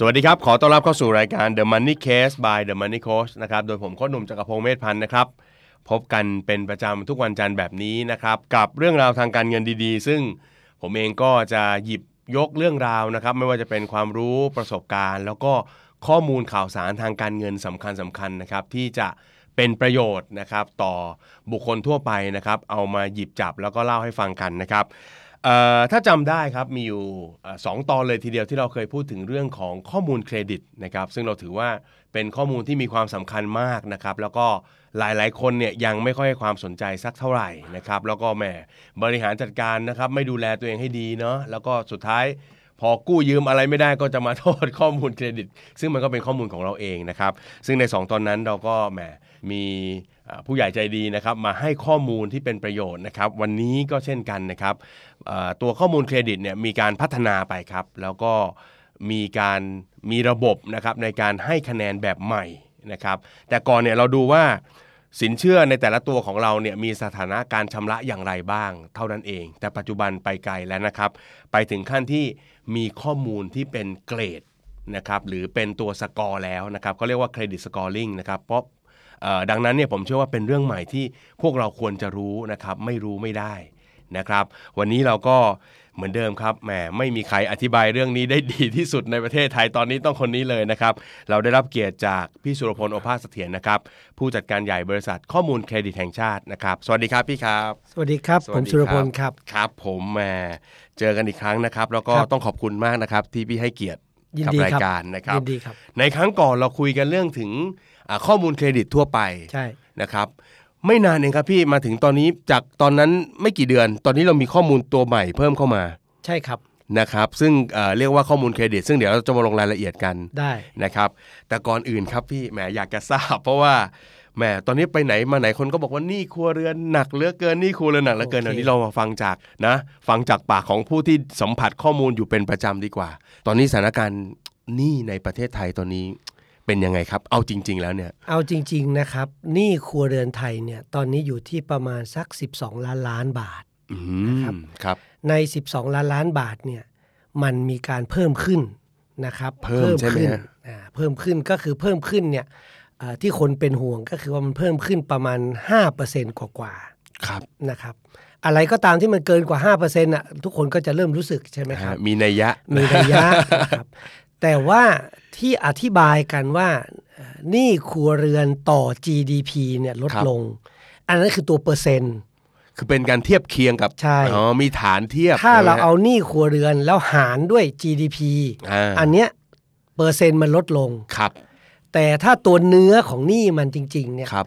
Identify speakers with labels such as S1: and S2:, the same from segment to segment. S1: สวัสดีครับ ขอต้อนรับเข้าสู่รายการ The Money Case by The Money Coach นะครับ โดยผมโค้ชหนุ่มจักรพงศ์เมธพันธ์นะครับ พบกันเป็นประจำทุกวันจันทร์แบบนี้นะครับ กับเรื่องราวทางการเงินดีๆ ซึ่งผมเองก็จะหยิบยกเรื่องราวนะครับ ไม่ว่าจะเป็นความรู้ประสบการณ์ แล้วก็ข้อมูลข่าวสารทางการเงินสำคัญสคัญๆนะครับ ที่จะเป็นประโยชน์นะครับ ต่อบุคคลทั่วไปนะครับ เอามาหยิบจับแล้วก็เล่าให้ฟังกันนะครับ เอ่อถ้าจำได้ครับมีอยู่เอ่อสองตอนเลยทีเดียวที่เราเคยพูดถึงเรื่องของข้อมูลเครดิตนะครับซึ่งเราถือว่าเป็นข้อมูลที่มีความสำคัญมากนะครับแล้วก็หลายๆ คนเนี่ยยังไม่ค่อยให้ความสนใจสักเท่าไหร่นะครับแล้วก็แหมบริหารจัดการนะครับไม่ดูแลตัวเองให้ดีเนาะแล้วก็สุดท้าย พอกู้ยืมอะไรไม่ได้ก็จะมาโทษ ข้อมูลเครดิต ซึ่งมันก็เป็นข้อมูลของเราเองนะครับ ซึ่งใน 2 ตอนนั้นเราก็แหมมีเอ่อผู้ใหญ่ใจดีนะครับ มาให้ข้อมูลที่เป็นประโยชน์นะครับ วันนี้ก็เช่นกันนะครับเอ่อตัวข้อมูลเครดิตเนี่ยมีการพัฒนาไปครับ แล้วก็มีการมีระบบนะครับในการให้คะแนนแบบใหม่นะครับ แต่ก่อนเนี่ยเราดูว่า สินเชื่อในแต่ละตัวของเราเนี่ยมีสถานะการชำระอย่างไรบ้าง เท่านั้นเอง แต่ปัจจุบันไปไกลแล้วนะครับ ไปถึงขั้นที่มีข้อมูลที่เป็นเกรดนะครับหรือเป็นตัวสกอร์แล้วนะครับก็เรียกว่าเครดิตสกอร์ลิงนะครับเพราะเอ่อดังนั้นเนี่ยผมเชื่อว่าเป็นเรื่องใหม่ที่พวกเราควรจะรู้นะครับ ไม่รู้ไม่ได้นะครับ วันนี้เราก็เหมือนเดิมครับแหมไม่มีใครอธิบายเรื่องนี้ได้ดีที่สุดในประเทศไทยตอนนี้ต้องคนนี้เลยนะครับ เราได้รับเกียรติจากพี่สุรพลโอภาสเสถียรนะครับ ผู้จัดการใหญ่บริษัทข้อมูลเครดิตแห่งชาตินะครับ สวัสดีครับพี่ครับ
S2: สวัสดีครับ
S1: สวัส
S2: ผม
S1: ดี
S2: สุรพลครับ
S1: ครับผมแหมเจอกันอีกครั้งนะครับ แล้วก็
S2: ครับ
S1: ต้องขอบคุณมากนะครับ ที่พี่ให้เกียรติ
S2: ยิน
S1: กั
S2: ดี
S1: ราย
S2: ครั
S1: การนะครับ
S2: ยินดีครับ
S1: ในครั้งก่อนเราคุยกันเรื่องถึงอ่าข้อมูลเครดิตทั่วไป
S2: ใช่
S1: นะครับ ไม่นานเองครับพี่มาถึงตอนนี้จากตอนนั้นไม่กี่เดือน ตอนนี้เรามีข้อมูลตัวใหม่เพิ่มเข้ามา
S2: ใช่ครับ
S1: นะครับ ซึ่งเอ่อเรียกว่าข้อมูลเครดิต ซึ่งเดี๋ยวเราจะมาลงรายละเอียดกัน
S2: ได้
S1: นะครับแต่ก่อนอื่นครับพี่แหมอยากจะทราบ เพราะว่าแหมตอนนี้ไปไหนมาไหนคนก็บอกว่าหนี่ครัวเรือนหนักเหลือเกินหนี่ครัวเรือนหนักเหลือเกินเดี๋ยวนี้เรามาฟังจากนะ ฟังจากปากของผู้ที่สัมผัสข้อมูลอยู่เป็นประจำดีกว่า ตอนนี้สถานการณ์หนี้ในประเทศไทยตอนนี้เป็นยังไงครับ เอาจริง ๆ แล้วเนี่ย
S2: เอาจริง ๆ นะครับหนี้ครัวเรือนไทยเนี่ยตอนนี้อยู่ที่ประมาณสัก 12 ล้านล้านบาท
S1: อืมครับ
S2: ใน 12 ล้านล้านบาทเนี่ยมันมีการเพิ่มขึ้นนะครับ
S1: เพิ่มใช่ไหม
S2: ขึ้น
S1: ฮะ
S2: อ่าเพิ่มขึ้นก็คือเพิ่มขึ้นเนี่ยเอ่อที่คนเป็นห่วงก็คือว่ามันเพิ่มขึ้นประมาณ 5%กว่ากว่า
S1: ครับ
S2: ๆนะครับอะไรก็ตามที่มันเกินกว่า5%อน่ะทุกคนก็จะเริ่มรู้สึกใช่ไหม
S1: นะ
S2: ค
S1: ฮะ
S2: รับ
S1: มีนัยยะ
S2: มีระยะ นะครับแต่ว่าที่อธิบายกันว่าเอ่อหนี้ครัวเรือนต่อ GDP เนี่ยลดลง อันนั้นคือตัวเปอร์เซ็นต์
S1: คือเป็นการเทียบเคียงกับ
S2: ใช่
S1: อ๋อมีฐานเทียบ
S2: ถ้าเรา
S1: นะฮะ
S2: เอาหนี้ครัวเรือนแล้วหารด้วย GDP
S1: อ่า
S2: นเนี้ยเปอร์เซ็นต์มันลดลง
S1: ครับ
S2: แต่ถ้าตัวเนื้อของหนี้มันจริงๆเนี่ย
S1: ครับ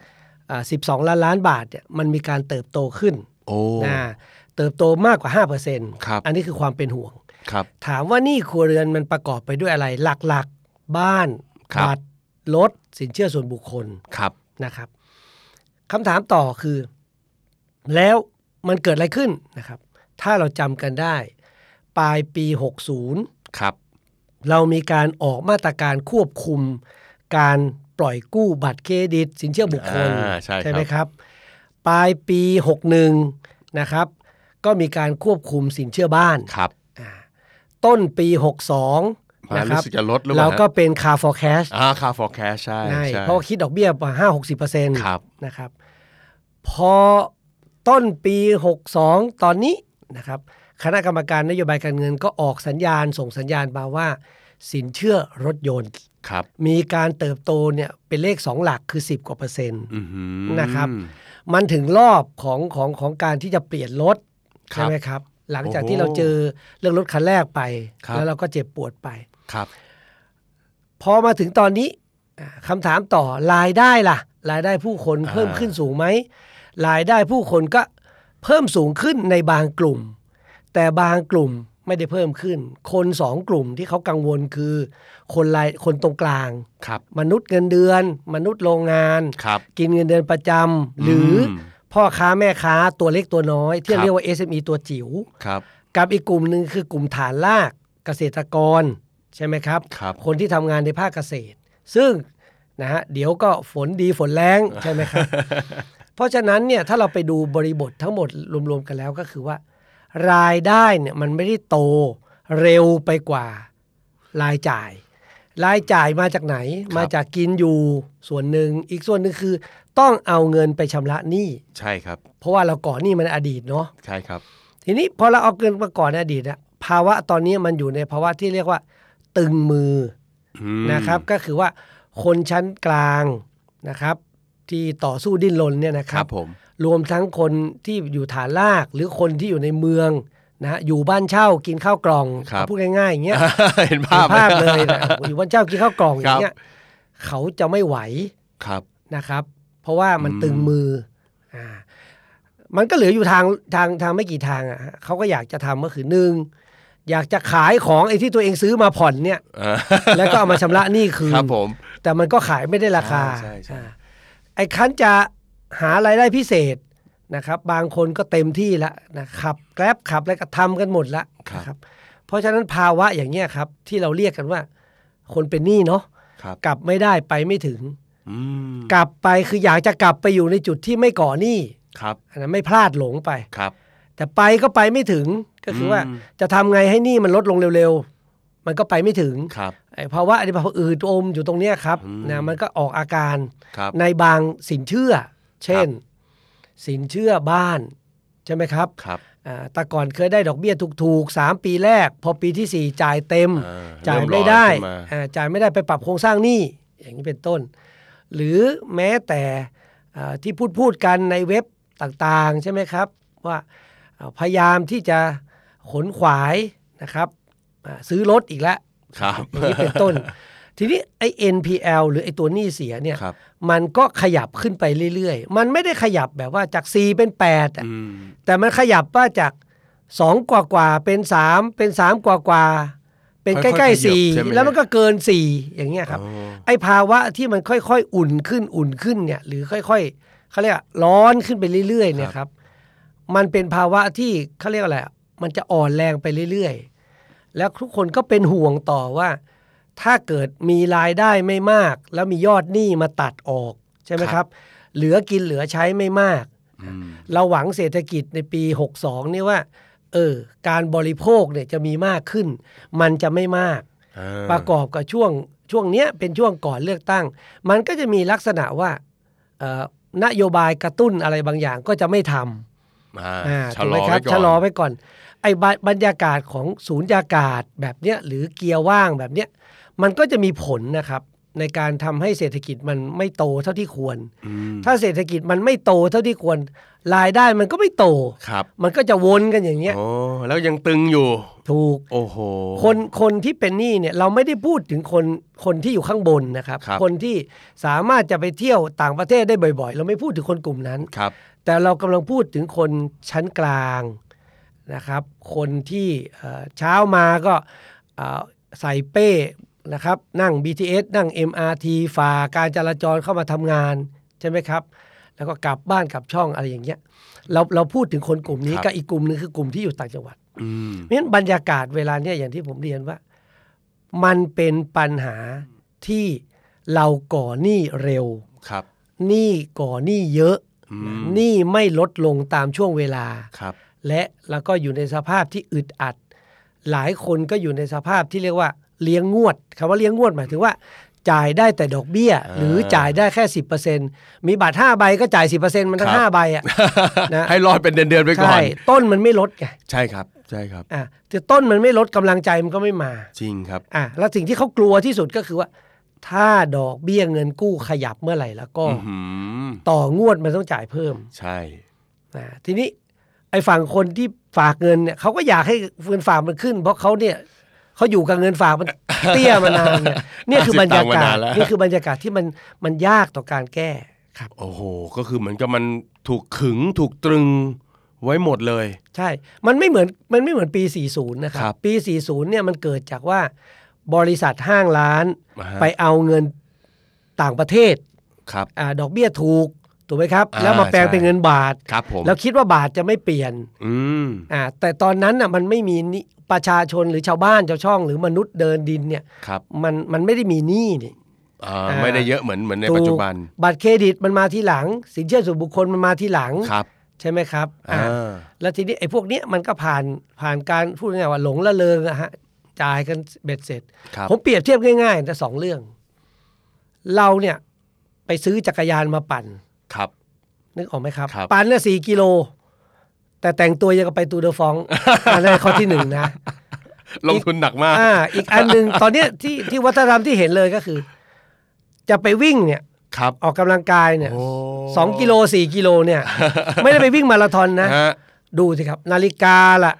S2: อ่า12 ล้านล้านบาทเนี่ยมันมีการเติบโตขึ้น
S1: โอ้
S2: นะเติบโตมากกว่า5%
S1: ครับ
S2: อันนี้คือความเป็นห่วง
S1: ครับ
S2: ถามว่าหนี้ครัวเรือนมันประกอบไปด้วยอะไรหลักๆ บ้าน
S1: ครับ
S2: บัตรรถสินเชื่อส่วนบุคคล
S1: ครับ
S2: นะครับคำถามต่อคือ แล้วมันเกิดอะไรขึ้นนะครับ ถ้าเราจำกันได้ ปลายปี 60
S1: ครับ
S2: เรามีการออกมาตรการควบคุม การปล่อยกู้บัตรเครดิต สินเชื่อบุคคล
S1: อ่าใช่ค
S2: ไหม
S1: รับ
S2: ครับ ปลายปี 61 นะครับ ก็มีการควบคุมสินเชื่อบ้าน
S1: ครับ
S2: อ่าต้นปี 62
S1: มา
S2: นะ
S1: รู้
S2: ครับ
S1: สึกจะลดหรือเป
S2: เรา
S1: ล่า
S2: ก็
S1: ฮะ
S2: เป็น car for cash
S1: อ่าค่า forecast ใช่
S2: ใช่
S1: ใช่
S2: เพราะว่าคิดดอกเบี้ยประมาณ5 60
S1: ครับ
S2: นะครับ พอต้นปี 62 ตอนนี้นะครับ คณะกรรมการนโยบายการเงินก็ออกสัญญาณส่งสัญญาณมาว่า สินเชื่อรถยนต์
S1: ครับ
S2: มีการเติบโตเนี่ยเป็นเลข 2 หลักคือ 10 กว่าเปอร์เซ็นต์
S1: อื้อหือ
S2: นะครับ มันถึงรอบของของของการที่จะเปลี่ยนรถใช่ไหมครับ หลังจากที่เราเจอเรื่องรถคันแรกไป แล้วเราก็เจ็บปวดไป
S1: ครับ
S2: พอมาถึงตอนนี้อ่าคำถามต่อรายได้ล่ะ รายได้ผู้คนเพิ่มขึ้นสูงไหมรายได้ผู้คนก็เพิ่มสูงขึ้นในบางกลุ่ม แต่บางกลุ่ม ไม่ได้เพิ่มขึ้น คนสองกลุ่มที่เขากังวลคือ คนรายคนตรงกลาง
S1: ครับ
S2: มนุษย์เงินเดือน มนุษย์โรงงาน
S1: ครับ
S2: กินเงินเดือนประจำหรืออ
S1: ม
S2: พ่อค้าแม่ค้าตัวเล็กตัวน้อย ที่
S1: ครับ
S2: เรียกว่า SME ตัวจิ๋ว
S1: ครับ
S2: กับอีกกลุ่มหนึ่งคือกลุ่มฐานรากเกษตรกรใช่ไหมครับ
S1: ครับ
S2: คนที่ทำงานในภาคเกษตร ซึ่งนะฮะเดี๋ยวก็ฝนดีฝนแรง ใช่ไหมครับ เพราะฉะนั้นเนี่ยถ้าเราไปดูบริบททั้งหมดรวมๆกันแล้วก็คือว่า รายได้เนี่ยมันไม่ได้โตเร็วไปกว่ารายจ่าย รายจ่ายมาจากไหน
S1: ครับ
S2: มาจากกินอยู่ส่วนหนึ่งอีกส่วนหนึ่งคือ ต้องเอาเงินไปชำระหนี้
S1: ใช่ครับ
S2: เพราะว่าเราก่อนหนี้มันอดีตเนาะ
S1: ใช่ครับ
S2: ทีนี้พอเราเอาเงินมาก่อนในอดีตอะภาวะตอนนี้มันอยู่ในภาวะที่เรียกว่า ตึงมือ
S1: อืม
S2: นะครับก็คือว่าคนชั้นกลางนะครับ ที่ต่อสู้ดิ้นรนเนี่ยนะค
S1: ค
S2: รั
S1: รั
S2: บบ
S1: ผม
S2: รวมทั้งคนที่อยู่ฐานลากหรือคนที่อยู่ในเมืองนะฮะอยู่บ้านเช่ากินข้าวกล่องเอาพูดง่ายๆอย่างเงี้ย
S1: เห็น
S2: เห็
S1: ภาพ
S2: นภาพเลยนะอยู่บ้านเช่ากินข้าวกล่องอย่างเงี้ยเขาจะไม่ไหว
S1: ครับ
S2: นะครับ เพราะว่ามัน
S1: อืม
S2: ตึงมืออ่ามันก็เหลืออยู่ทางทางทางไม่กี่ทางอ่ะฮะเขาก็อยากจะทำก็คือหนึ่งอยากจะขายของไอ้ที่ตัวเองซื้อมาผ่อน เนี่ย
S1: เออ
S2: แล้วก็เอามาชำระหนี้คืน
S1: ครับผม
S2: แต่มันก็ขายไม่ได้ราคา
S1: ใช่ใช่ใช่
S2: อ่าไอ้คันจะหารายได้พิเศษนะครับ บางคนก็เต็มที่ละนะขับแกร็บขับอะไรก็ทำกันหมดละนะเพราะฉะนั้นภาวะอย่างเงี้ยครับ ที่เราเรียกกันว่า คนเป็นหนี้เนาะ
S1: ครับ
S2: กลับไม่ได้ไปไม่ถึง
S1: อืม
S2: กลับไปคืออยากจะกลับไปอยู่ในจุดที่ไม่ก่อหนี้
S1: ครับ
S2: อันนั้นไม่พลาดหลงไป
S1: ครับ
S2: แต่ไปก็ไปไม่ถึงก็คือว่า
S1: อืม
S2: จะทำไงให้หนี้มันลดลงเร็วๆ มันก็ไปไม่ถึง
S1: ครับ
S2: ไอ้ภาวะอันนี้ภาวะอืดอมอยู่ตรงเนี้ยครับนะมันก็ออกอาการ
S1: ครับ
S2: ในบางสินเชื่อ เช่น สินเชื่อบ้าน ใช่ไหมครับ
S1: ครับ
S2: อ่าแต่ก่อนเคยได้ดอกเบี้ยถูกๆ 3 ปีแรก พอปีทีสี่ 4 จ่ายเต็ม
S1: อ่า
S2: จ่าย
S1: เริ่มร้
S2: ไม่
S1: อน
S2: ได้
S1: ขึ้นมา
S2: อ่าจ่ายไม่ได้ไปปรับโครงสร้างหนี้อย่างนี้เป็นต้น หรือแม้แต่อ่าที่พูดพูดกันในเว็บต่างๆ ใช่ไหมครับ ว่าอ่าพยายามที่จะขนขวายนะครับอ่าซื้อรถอีกแล้ว
S1: ครับ
S2: อย่างนี้เป็น ต้น ทีนี้ไอ้ NPL หรือไอ้ตัวหนี้เสียเนี่ย
S1: ครับ
S2: มันก็ขยับขึ้นไปเรื่อยๆ มันไม่ได้ขยับแบบว่าจาก 4 เป็น8อะ
S1: อืม
S2: แต่มันขยับว่าจาก 2 กว่ากว่าๆเป็น 3 เป็น 3 กว่ากว่าๆเป็นใกล้ๆ4แล้วมันก็เกิน 4 อย่างเงี้ยครับ
S1: อ๋อ
S2: ไอ้ภาวะที่มันค่อยๆ อุ่นขึ้นอุ่นขึ้นเนี่ยหรือค่อยๆเขาเรียกว่าร้อนขึ้นไปเรื่อยๆเนี่ยครับ มันเป็นภาวะที่เขาเรียกว่าอะไรอะมันจะอ่อนแรงไปเรื่อยๆ แล้วทุกคนก็เป็นห่วงต่อว่า ถ้าเกิดมีรายได้ไม่มาก แล้วมียอดหนี้มาตัดออกใช่ไห
S1: ค
S2: ม
S1: รับ
S2: ครับ เหลือกินเหลือใช้ไม่มาก
S1: อืม
S2: เราหวังเศรษฐกิจในปี 62เนี่ยว่าเออการบริโภคเนี่ยจะมีมากขึ้น มันจะไม่มาก
S1: อ่า
S2: ประกอบกับช่วงช่วงเนี้ยเป็นช่วงก่อนเลือกตั้ง มันก็จะมีลักษณะว่าเอ่อนโยบายกระตุ้นอะไรบางอย่างก็จะไม่ท
S1: อ่า
S2: ำอ่า
S1: ชะ
S2: ถู
S1: ล
S2: กไหม
S1: อ
S2: ครั
S1: ไว้ก่อ
S2: บ
S1: น
S2: ชะลอไว้ก่อน ไอ้บะบรรยากาศของศูนย์ยากาศแบบเนี้ยหรือเกียร์ว่างแบบเนี้ยมันก็จะมีผลนะครับในการทำให้เศรษฐกิจมันไม่โตเท่าที่ควร
S1: อืม
S2: ถ้าเศรษฐกิจมันไม่โตเท่าที่ควรรายได้มันก็ไม่โต
S1: ครับ
S2: มันก็จะวนกันอย่างเงี้ย
S1: โอ้แล้วยังตึงอยู่
S2: ถูก
S1: โอ้โห
S2: คนคนที่เป็นหนี้เนี่ยเราไม่ได้พูดถึงคนคนที่อยู่ข้างบนนะครับ
S1: ครับ
S2: นที่สามารถจะไปเที่ยวต่างประเทศได้บ่อยๆ เราไม่พูดถึงคนกลุ่มนั้น
S1: ครับ
S2: แต่เรากำลังพูดถึงคนชั้นกลางนะครับ คนที่เอ่อเช้ามาก็เอ่อใส่เป้นะครับ นั่ง BTS นั่ง MRT ฝ่าการจราจรเข้ามาทำงานใช่ไหมครับ แล้วก็กลับบ้านกลับช่องอะไรอย่างเงี้ยเราเราพูดถึงคนกลุ่มนี้
S1: ครับ
S2: กับอีกกลุ่มหนึงคือกลุ่มที่อยู่ต่างจังหวัด
S1: อืม
S2: เพราะฉะนั้นบรรยากาศเวลาเนี่ยอย่างที่ผมเรียนว่า มันเป็นปัญหาที่เราก่อหนี้เร็ว
S1: ครับ
S2: หนี้ก่อหนี้เยอะ
S1: อืม
S2: หนี้ไม่ลดลงตามช่วงเวลา
S1: ครับ
S2: และแล้วก็อยู่ในสภาพที่อึดอัด หลายคนก็อยู่ในสภาพที่เรียกว่าเลี้ยงงวดคำว่าเลี้ยงงวดหมายถึงว่า จ่ายได้แต่ดอกเบี้ย หรือจ่ายได้แค่ 10%มีบัตร5ใบก็จ่าย 10%มันทั้
S1: ครั
S2: ง
S1: บ
S2: 5ใบอ่ะ นะ
S1: ให้รอดเป็นเดือนๆไปก่อ
S2: ใช่
S1: น
S2: ต้นมันไม่ลดไง
S1: ใช่ครับ ใช่ครับ
S2: อ่ะแต่ต้นมันไม่ลดกำลังใจมันก็ไม่มา
S1: จริงครับ
S2: อ่ะแล้วสิ่งที่เขากลัวที่สุดก็คือว่า ถ้าดอกเบี้ยเงินกู้ขยับเมื่อไหร่แล้วก็
S1: อือหือ
S2: ต่องวดมันต้องจ่ายเพิ่ม
S1: ใช่
S2: นะทีนี้ไอ้ฝั่งคนที่ฝากเงินเนี่ยเขาก็อยากให้เงินฝากมันขึ้น เพราะเขาเนี่ยเขาอยู่กับเงิน ฝากมัน เตี้ยมานานเนี่ยเนี่ยคือบรรยากาศนี่คือบรรยากาศที่มันมันยากต่อการแก้ครับ
S1: โอ้โห ก็คือเหมือนกับมันถูกขึงถูกตรึง ไว้หมดเลย
S2: ใช่ มันไม่เหมือนมันไม่เหมือนปี 40 นะค
S1: ครั
S2: รับ
S1: บ
S2: ปี 40 เนี่ยมันเกิดจากว่าบริษัทห้างร้าน
S1: อ่าฮะ
S2: ไปเอาเงินต่างประเทศ
S1: ครับ
S2: อาดอกเบี้ยถูก ถูกไหมครับ
S1: อ่า
S2: แล้วมาแปลง
S1: ใช่
S2: เป็นเงินบาท
S1: ครับผม
S2: แล้วคิดว่าบาทจะไม่เปลี่ยน
S1: อืม
S2: อ่าแต่ตอนนั้นน่ะมันไม่มีหนี้ประชาชนหรือชาวบ้านชาวช่องหรือมนุษย์เดินดินเนี่ย
S1: ครับ
S2: มันมันไม่ได้มีหนี้นี่
S1: อ่า
S2: อ่า
S1: ไม่ได้เยอะเหมือนเหมือนในปัจจุบัน
S2: ถูกบัตรเครดิตมันมาทีหลัง สินเชื่อส่วนบุคคลมันมาทีหลัง
S1: ครับ
S2: ใช่ไหมครับ
S1: อ่า
S2: อ่า แล้วทีนี้ไอ้พวกเนี้ยมันก็ผ่านผ่านการพูดง่ายๆว่าหลงละเลงอะฮะจ่ายกันเบ็ดเสร็จ
S1: ครับ
S2: ผมเปรียบเทียบง่ายๆแต่สองเรื่อง เราเนี่ยไปซื้อจักรยานมาปั่น
S1: ครับ
S2: นึกออกไหมครับ
S1: ครับ
S2: ปั่นเนี่ยสี่กิโล แต่แต่งตัวยังกับไปตูเดอฟอง อันนั้นข้อที่หนึ่งนะ
S1: ลงทุนหนักมาก
S2: อ่า อีกอัน หนึ่งตอนเนี้ยที่ที่วัฒนธรรมที่เห็นเลยก็คือ จะไปวิ่งเนี่ย
S1: ครับ
S2: ออกกำลังกายเนี่ย
S1: โอ้
S2: สองกิโลสี่กิโลเนี่ย ไม่ได้ไปวิ่งมาราธอนนะ
S1: ฮะ
S2: ดูสิครับ นาฬิกาล่ะ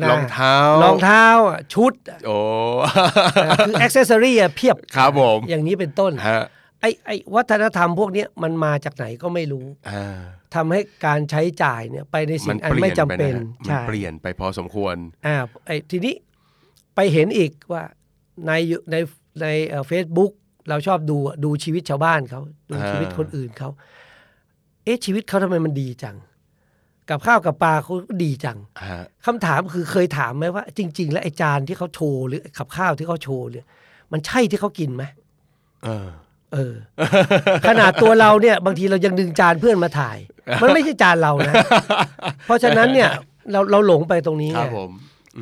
S2: นะ
S1: รองเท้าร ร
S2: องเท้าอะชุด อะ
S1: โอ้
S2: อ่ะคืออ็อกเซสซอรี่ะเพียบ
S1: ครับผม
S2: อย่างนี้เป็นต้น
S1: ฮะ
S2: ไอ้ไอ้วัฒนธรรมพวกเนี้ยมันมาจากไหนก็ไม่รู้
S1: อ่า
S2: ทำให้การใช้จ่ายเนี่ยไปในสิ่
S1: มั
S2: ง
S1: น
S2: อัน
S1: เปลี่ยน
S2: ไม่จำ
S1: ไป
S2: เป็น
S1: นะฮะมัน
S2: ใช่
S1: เปลี่ยนไปพอสมควร
S2: อ่าไอ้ทีนี้ไปเห็นอีกว่าในในในเฟซบุ๊กเราชอบดูอะดูชีวิตชาวบ้านเขาดู
S1: อ่า
S2: ชีวิตคนอื่นเขาเอ๊ะชีวิตเขาทำไมมันดีจัง กับข้าวกับปลาเขาก็ดีจัง
S1: ฮะ
S2: คำถามคือเคยถามไหมว่า จริง ๆ แล้วไอจานที่เขาโชว์หรือขับข้าวที่เขาโชว์เนี่ยมันใช่ที่เขากินไหม
S1: เออ
S2: เออ ขนาดตัวเราเนี่ย บางทีเรายังดึงจานเพื่อนมาถ่าย มันไม่ใช่จานเรานะ เพราะฉะนั้นเนี่ยเราเราหลงไปตรงนี้
S1: ครับ
S2: ไง
S1: ผม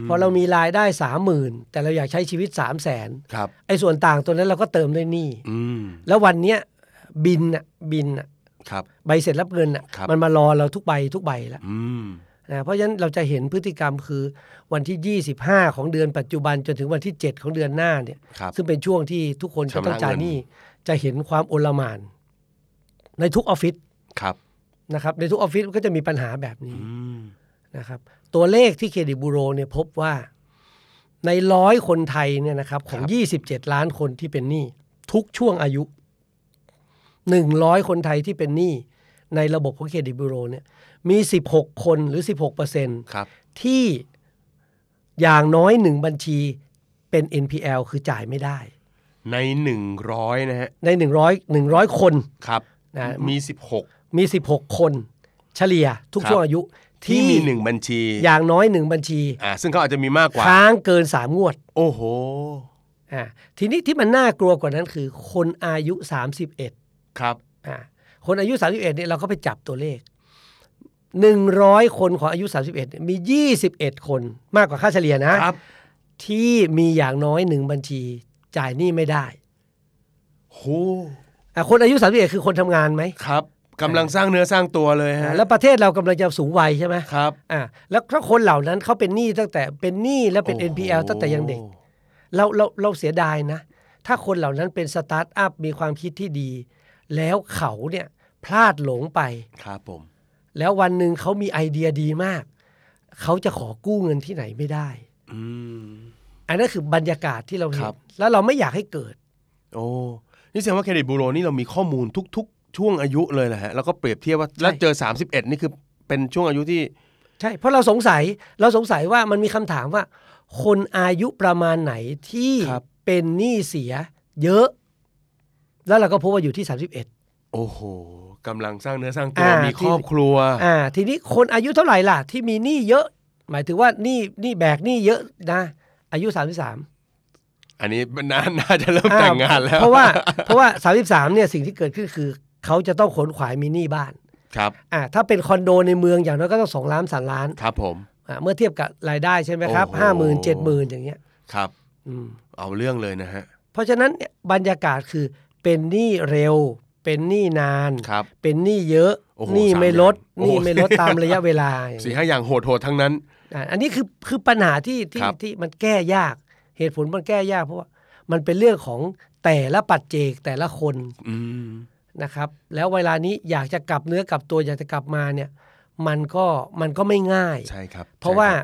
S1: ม
S2: พอเรามีรายได้สามหมื่นแต่เราอยากใช้ชีวิตสามแสน
S1: ครับ
S2: ไอ้ส่วนต่างตัวนั้นเราก็เติมด้วยหนี้
S1: อืม
S2: แล้ววันเนี้ยบินอ่ะบินอ่ะ
S1: ครับ
S2: ใบเสร็จรับเงินอ่ะ
S1: ครับ
S2: มันมารอเราทุกใบทุกใบละ
S1: อืม
S2: นะเพราะฉะนั้นเราจะเห็นพฤติกรรมคือวันที่ 25 ของเดือนปัจจุบันจนถึงวันที่ 7 ของเดือนหน้าเนี่ย
S1: ครับ
S2: ซึ่งเป็นช่วงที่ทุกคน
S1: ชำ
S2: จะ
S1: ระ
S2: ต้องจ่าย
S1: เงิน
S2: หนี้จะเห็นความโอลหมาน ในทุกออฟฟิศ
S1: ครับ
S2: นะครับในทุกออฟฟิศก็จะมีปัญหาแบบนี้
S1: อืม
S2: นะครับตัวเลขที่เครดิตบูโรเนี่ยพบว่าในร้อยคนไทยเนี่ยนะครับของ 27 ล้านคนที่เป็นหนี้ทุกช่วงอายุ 100 คนไทยที่เป็นหนี้ในระบบของเครดิตบูโรเนี่ยมี 16 คนหรือ 16เปอร์เซ็นต์
S1: ครับ
S2: ที่อย่างน้อยหนึ่งบัญชีเป็น NPL คือจ่ายไม่ได้
S1: ในหนึ่งร้อยนะฮะ
S2: ใน 100 100 คน
S1: ครับ
S2: นะ
S1: มีสิบหก
S2: มี 16 คนเฉลี่ยทุกช่วงอายุ
S1: ที่มีหนึ่งบัญชี
S2: อย่างน้อยหนึ่งบัญชี
S1: อ่าซึ่งเขาอาจจะมีมากกว่า
S2: ค้างเกิน 3 งวด
S1: โอ้โห
S2: อ่าทีนี้ที่มันน่ากลัวกว่านั้นคือคนอายุ 31
S1: ครับ
S2: อ่าคนอายุ 31เนี่ยเราก็ไปจับตัวเลข 100 คนของอายุ 31เนี่ยมี 21 คนมากกว่าค่าเฉลี่ยนะ
S1: ครับ
S2: ที่มีอย่างน้อยหนึ่งบัญชีจ่ายหนี้ไม่ได้
S1: โห
S2: อ่ะคนอายุ3 1คือคนทำงานไหม
S1: ครับกำลังสร้างเนื้อสร้างตัวเลยฮะ
S2: อ่ะแล้วประเทศเรากำลังจะสูงวัยใช่ไหม
S1: ครับ
S2: อ่ะแล้วถ้าคนเหล่านั้นเขาเป็นหนี้ตั้งแต่เป็นหนี้แล้วเป็น
S1: โอ้โห
S2: NPL ตั้งแต่ยังเด็ก เราเราเราเสียดายนะ ถ้าคนเหล่านั้นเป็นสตาร์ทอัพมีความคิดที่ดี แล้วเขาเนี่ยพลาดหลงไป
S1: ครับผม
S2: แล้ววันหนึ่งเขามีไอเดียดีมาก เขาจะขอกู้เงินที่ไหนไม่ได้
S1: อืม
S2: อันนั้นคือบรรยากาศที่เราเห็
S1: ครั
S2: น
S1: บ
S2: แล้วเราไม่อยากให้เกิด
S1: โอ้นี่แสดงว่าเครดิตบูโรนี่เรามีข้อมูลทุก ๆ ช่วงอายุเลยแหละฮะแล้วก็เปรียบเทียบว่าแล้วเจอ 31 นี่คือเป็นช่วงอายุที่
S2: ใช่เพราะเราสงสัยเราสงสัยว่ามันมีคำถามว่า คนอายุประมาณไหนที่
S1: ครับ
S2: เป็นหนี้เสียเยอะ แล้วเราก็พบว่าอยู่ที่ 31
S1: โอ้โหกำลังสร้างเนื้อสร้างตัว
S2: อ่ามี
S1: มีครอบครัว
S2: อ่าทีนี้คนอายุเท่าไหร่ล่ะ ที่มีหนี้เยอะ หมายถึงว่าหนี้หนี้แบกหนี้เยอะนะ อายุ 33
S1: อันนี้น่าน่าจะเริ่มแต่งงานแล้ว
S2: เพราะว่าเพราะว่า 33เนี่ยสิ่งที่เกิดขึ้นคือ เขาจะต้องขนขวายมีหนี้บ้าน
S1: ครับ
S2: อ่าถ้าเป็นคอนโดในเมืองอย่างน้อยก็ต้องสองล้านสามล้าน
S1: ครับผม
S2: อ่าเมื่อเทียบกับรายได้ใช่ไหมครับ
S1: โอ้โห
S2: ห้าหมื่นเจ็ดหมื่นอย่างเงี้ย
S1: ครับ
S2: อืม
S1: เอาเรื่องเลยนะฮะ
S2: เพราะฉะนั้นเนี่ยบรรยากาศคือเป็นหนี้เร็ว เป็นหนี้นาน
S1: ครับ
S2: เป็นหนี้เยอะ
S1: โอ้โห
S2: หนี้ไม่ลด
S1: สาม
S2: ห
S1: เดื
S2: นี้
S1: อน
S2: ไม่ล
S1: โอ้
S2: ด
S1: โห
S2: ตามระยะเวลา
S1: สี่ห้าอย่างโหดโหดๆทั้งนั้น
S2: อ่ะอันนี้คือคือปัญหาที่ที่
S1: ครับ
S2: ที่มันแก้ยาก เหตุผลมันแก้ยากเพราะว่ามันเป็นเรื่องของแต่ละปัจเจกแต่ละคน
S1: อืม
S2: นะครับ แล้วเวลานี้อยากจะกลับเนื้อกลับตัวอยากจะกลับมาเนี่ยมันก็มันก็ไม่ง่าย
S1: ใช่ครับ
S2: เพราะว่า
S1: ใช่